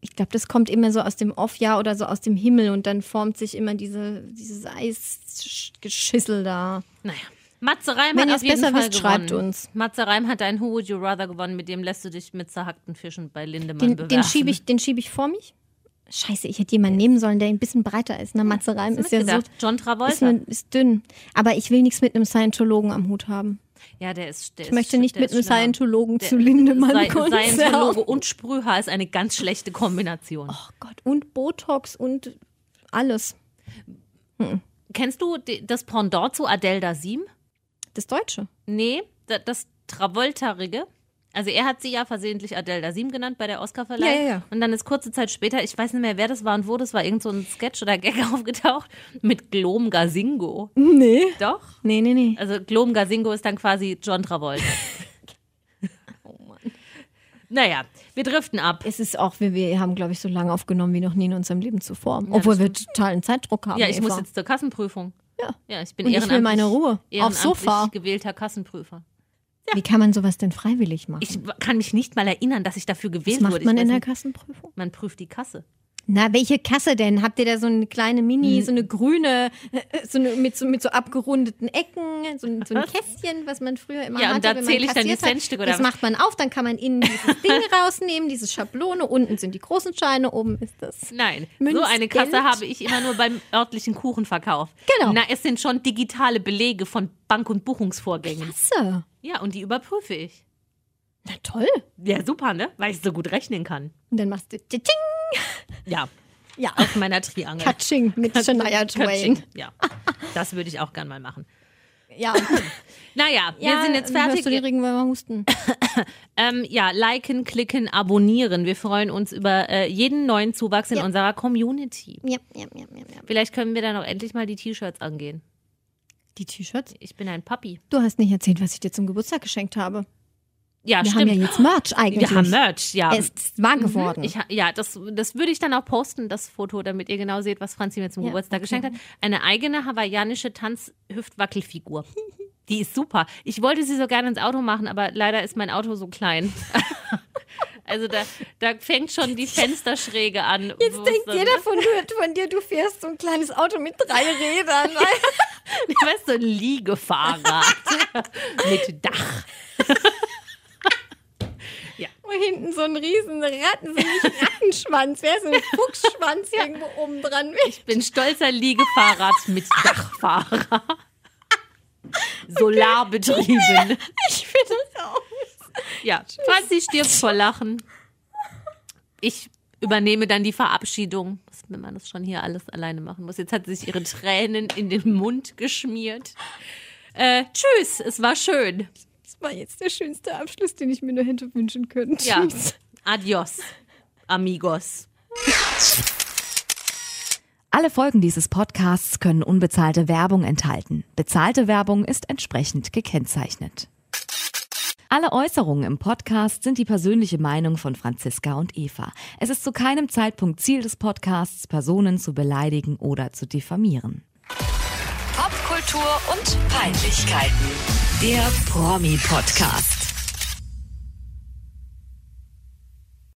[SPEAKER 2] ich glaube, das kommt immer so aus dem Off, ja, oder so aus dem Himmel und dann formt sich immer diese, dieses Eisgeschissel da.
[SPEAKER 3] naja. Matze Reim
[SPEAKER 2] Wenn
[SPEAKER 3] hat
[SPEAKER 2] ihr es
[SPEAKER 3] auf jeden
[SPEAKER 2] besser
[SPEAKER 3] Fall
[SPEAKER 2] wisst,
[SPEAKER 3] gewonnen.
[SPEAKER 2] schreibt uns.
[SPEAKER 3] Matze Reim hat einen Who Would You Rather gewonnen, mit dem lässt du dich mit zerhackten Fischen bei Lindemann
[SPEAKER 2] Den,
[SPEAKER 3] bewerfen.
[SPEAKER 2] den schiebe ich, den schieb ich vor mich. Scheiße, ich hätte jemanden nehmen sollen, der ein bisschen breiter ist. Na, Matze Reim ist ja so
[SPEAKER 3] Mitgedacht. John
[SPEAKER 2] ist,
[SPEAKER 3] Travolta.
[SPEAKER 2] ne, ist dünn. Aber ich will nichts mit einem Scientologen am Hut haben.
[SPEAKER 3] ja, der ist der
[SPEAKER 2] Ich möchte nicht mit einem
[SPEAKER 3] Scientology
[SPEAKER 2] Scientologen zu Lindemann
[SPEAKER 3] Scientologe
[SPEAKER 2] Konzert.
[SPEAKER 3] und Sprühhaar ist eine ganz schlechte Kombination.
[SPEAKER 2] Oh Gott, und Botox und alles.
[SPEAKER 3] Kennst du die- das Pendant zu Adele Dasim?
[SPEAKER 2] Das Deutsche.
[SPEAKER 3] Nee, da- das Travolterige. Also er hat sie ja versehentlich Adele Dasim genannt bei der Oscarverleihung.
[SPEAKER 2] Ja, ja, ja.
[SPEAKER 3] Und dann ist kurze Zeit später, ich weiß nicht mehr, wer das war und wo, das war irgend so ein Sketch oder Gag [laughs] aufgetaucht mit Glom Gasingo.
[SPEAKER 2] Nee.
[SPEAKER 3] Doch.
[SPEAKER 2] Nee, nee, nee.
[SPEAKER 3] Also Glom Gasingo ist dann quasi
[SPEAKER 2] [laughs]
[SPEAKER 3] John Travolta. oh Mann. Naja, wir driften ab.
[SPEAKER 2] Es ist auch, wir, wir haben, glaube ich, so lange aufgenommen wie noch nie in unserem Leben zuvor. obwohl wir totalen Zeitdruck haben.
[SPEAKER 3] Ja, ich
[SPEAKER 2] Eva.
[SPEAKER 3] muss jetzt zur Kassenprüfung.
[SPEAKER 2] Ja.
[SPEAKER 3] Ja, ich bin
[SPEAKER 2] Und ich will
[SPEAKER 3] ehrenamtlich.
[SPEAKER 2] meine Ruhe. Auf
[SPEAKER 3] ehrenamtlich
[SPEAKER 2] Sofa.
[SPEAKER 3] gewählter Kassenprüfer.
[SPEAKER 2] Wie kann man sowas denn freiwillig machen?
[SPEAKER 3] Ich w- kann mich nicht mal erinnern, dass ich dafür gewählt
[SPEAKER 2] Was macht
[SPEAKER 3] wurde.
[SPEAKER 2] man
[SPEAKER 3] ich
[SPEAKER 2] in
[SPEAKER 3] weiß
[SPEAKER 2] der
[SPEAKER 3] nicht,
[SPEAKER 2] Kassenprüfung?
[SPEAKER 3] man prüft die Kasse.
[SPEAKER 2] Na, welche Kasse denn? Habt ihr da so eine kleine
[SPEAKER 3] Hm.
[SPEAKER 2] Mini, so eine grüne, [laughs] äh, so eine, mit, so, mit so abgerundeten Ecken, so ein,
[SPEAKER 3] [laughs]
[SPEAKER 2] so ein Kästchen, was man früher immer
[SPEAKER 3] Ja, und
[SPEAKER 2] hatte,
[SPEAKER 3] da
[SPEAKER 2] wenn man
[SPEAKER 3] zähle ich dann die
[SPEAKER 2] kassiert hat.
[SPEAKER 3] Centstücke, oder
[SPEAKER 2] Das
[SPEAKER 3] was?
[SPEAKER 2] macht man auf, dann kann man innen
[SPEAKER 3] [laughs]
[SPEAKER 2] dieses Ding rausnehmen, diese Schablone, unten sind die großen Scheine, oben ist das.
[SPEAKER 3] Nein, so
[SPEAKER 2] Münzgeld?
[SPEAKER 3] eine Kasse habe ich immer nur beim örtlichen Kuchenverkauf.
[SPEAKER 2] Genau.
[SPEAKER 3] Na, es sind schon digitale Belege von Bank- und Buchungsvorgängen.
[SPEAKER 2] Kasse.
[SPEAKER 3] Ja, und die überprüfe ich.
[SPEAKER 2] Na toll.
[SPEAKER 3] Ja, super, ne? Weil ich so gut rechnen kann.
[SPEAKER 2] Und dann machst du tsching,
[SPEAKER 3] Ja,
[SPEAKER 2] ja,
[SPEAKER 3] [laughs] auf meiner Triangel.
[SPEAKER 2] Katsching mit Shania Twain.
[SPEAKER 3] Katsching. Ja, das würde ich auch gern mal machen.
[SPEAKER 2] Ja,
[SPEAKER 3] Naja,
[SPEAKER 2] Ja,
[SPEAKER 3] wir sind jetzt
[SPEAKER 2] Hörst du die
[SPEAKER 3] fertig.
[SPEAKER 2] Regenwürmer husten?
[SPEAKER 3] Ähm, ja, liken, klicken, abonnieren. Wir freuen uns über äh, jeden neuen Zuwachs in
[SPEAKER 2] Ja.
[SPEAKER 3] unserer Community.
[SPEAKER 2] Ja, ja, ja, ja, ja.
[SPEAKER 3] Vielleicht können wir dann auch endlich mal die T-Shirts angehen.
[SPEAKER 2] Die T-Shirts?
[SPEAKER 3] Ich bin ein Papi.
[SPEAKER 2] Du hast nicht erzählt, was ich dir zum Geburtstag geschenkt habe.
[SPEAKER 3] Ja,
[SPEAKER 2] Wir
[SPEAKER 3] stimmt.
[SPEAKER 2] haben ja jetzt Merch eigentlich.
[SPEAKER 3] wir haben Merch, ja.
[SPEAKER 2] Es ist wahr geworden.
[SPEAKER 3] Mhm, Ich, ha- ja, das, das würde ich dann auch posten, das Foto, damit ihr genau seht, was Franzi mir zum
[SPEAKER 2] Ja,
[SPEAKER 3] Geburtstag
[SPEAKER 2] okay.
[SPEAKER 3] geschenkt hat. Eine eigene hawaiianische Tanzhüftwackelfigur. Die ist super. Ich wollte sie so gerne ins Auto machen, aber leider ist mein Auto so klein. [laughs] also da, da fängt schon die Fensterschräge an. wo
[SPEAKER 2] Jetzt
[SPEAKER 3] es
[SPEAKER 2] denkt
[SPEAKER 3] dann-
[SPEAKER 2] jeder von, du- von dir, du fährst so ein kleines Auto mit drei
[SPEAKER 3] [laughs]
[SPEAKER 2] Rädern.
[SPEAKER 3] [laughs] weißt du, ein Liegefahrrad mit Dach.
[SPEAKER 2] Wo hinten so ein riesen Ratten, so
[SPEAKER 3] [laughs]
[SPEAKER 2] nicht ein Rattenschwanz, wäre so ein Fuchsschwanz irgendwo oben dran.
[SPEAKER 3] Ich bin stolzer Liegefahrrad mit Dachfahrer. [laughs] Solarbetrieben.
[SPEAKER 2] Ich finde das auch.
[SPEAKER 3] Ja, Franzi stirbt vor Lachen. Ich übernehme dann die Verabschiedung, Was, wenn man das schon hier alles alleine machen muss. Jetzt hat sie sich ihre Tränen in den Mund geschmiert. Äh, tschüss, es war schön.
[SPEAKER 2] Das war jetzt der schönste Abschluss, den ich mir nur hätte wünschen können.
[SPEAKER 3] Ja.
[SPEAKER 2] Tschüss.
[SPEAKER 3] Adios, amigos.
[SPEAKER 1] Alle Folgen dieses Podcasts können unbezahlte Werbung enthalten. Bezahlte Werbung ist entsprechend gekennzeichnet. Alle Äußerungen im Podcast sind die persönliche Meinung von Franziska und Eva. Es ist zu keinem Zeitpunkt Ziel des Podcasts, Personen zu beleidigen oder zu diffamieren.
[SPEAKER 4] Popkultur und Peinlichkeiten. Der Promi-Podcast.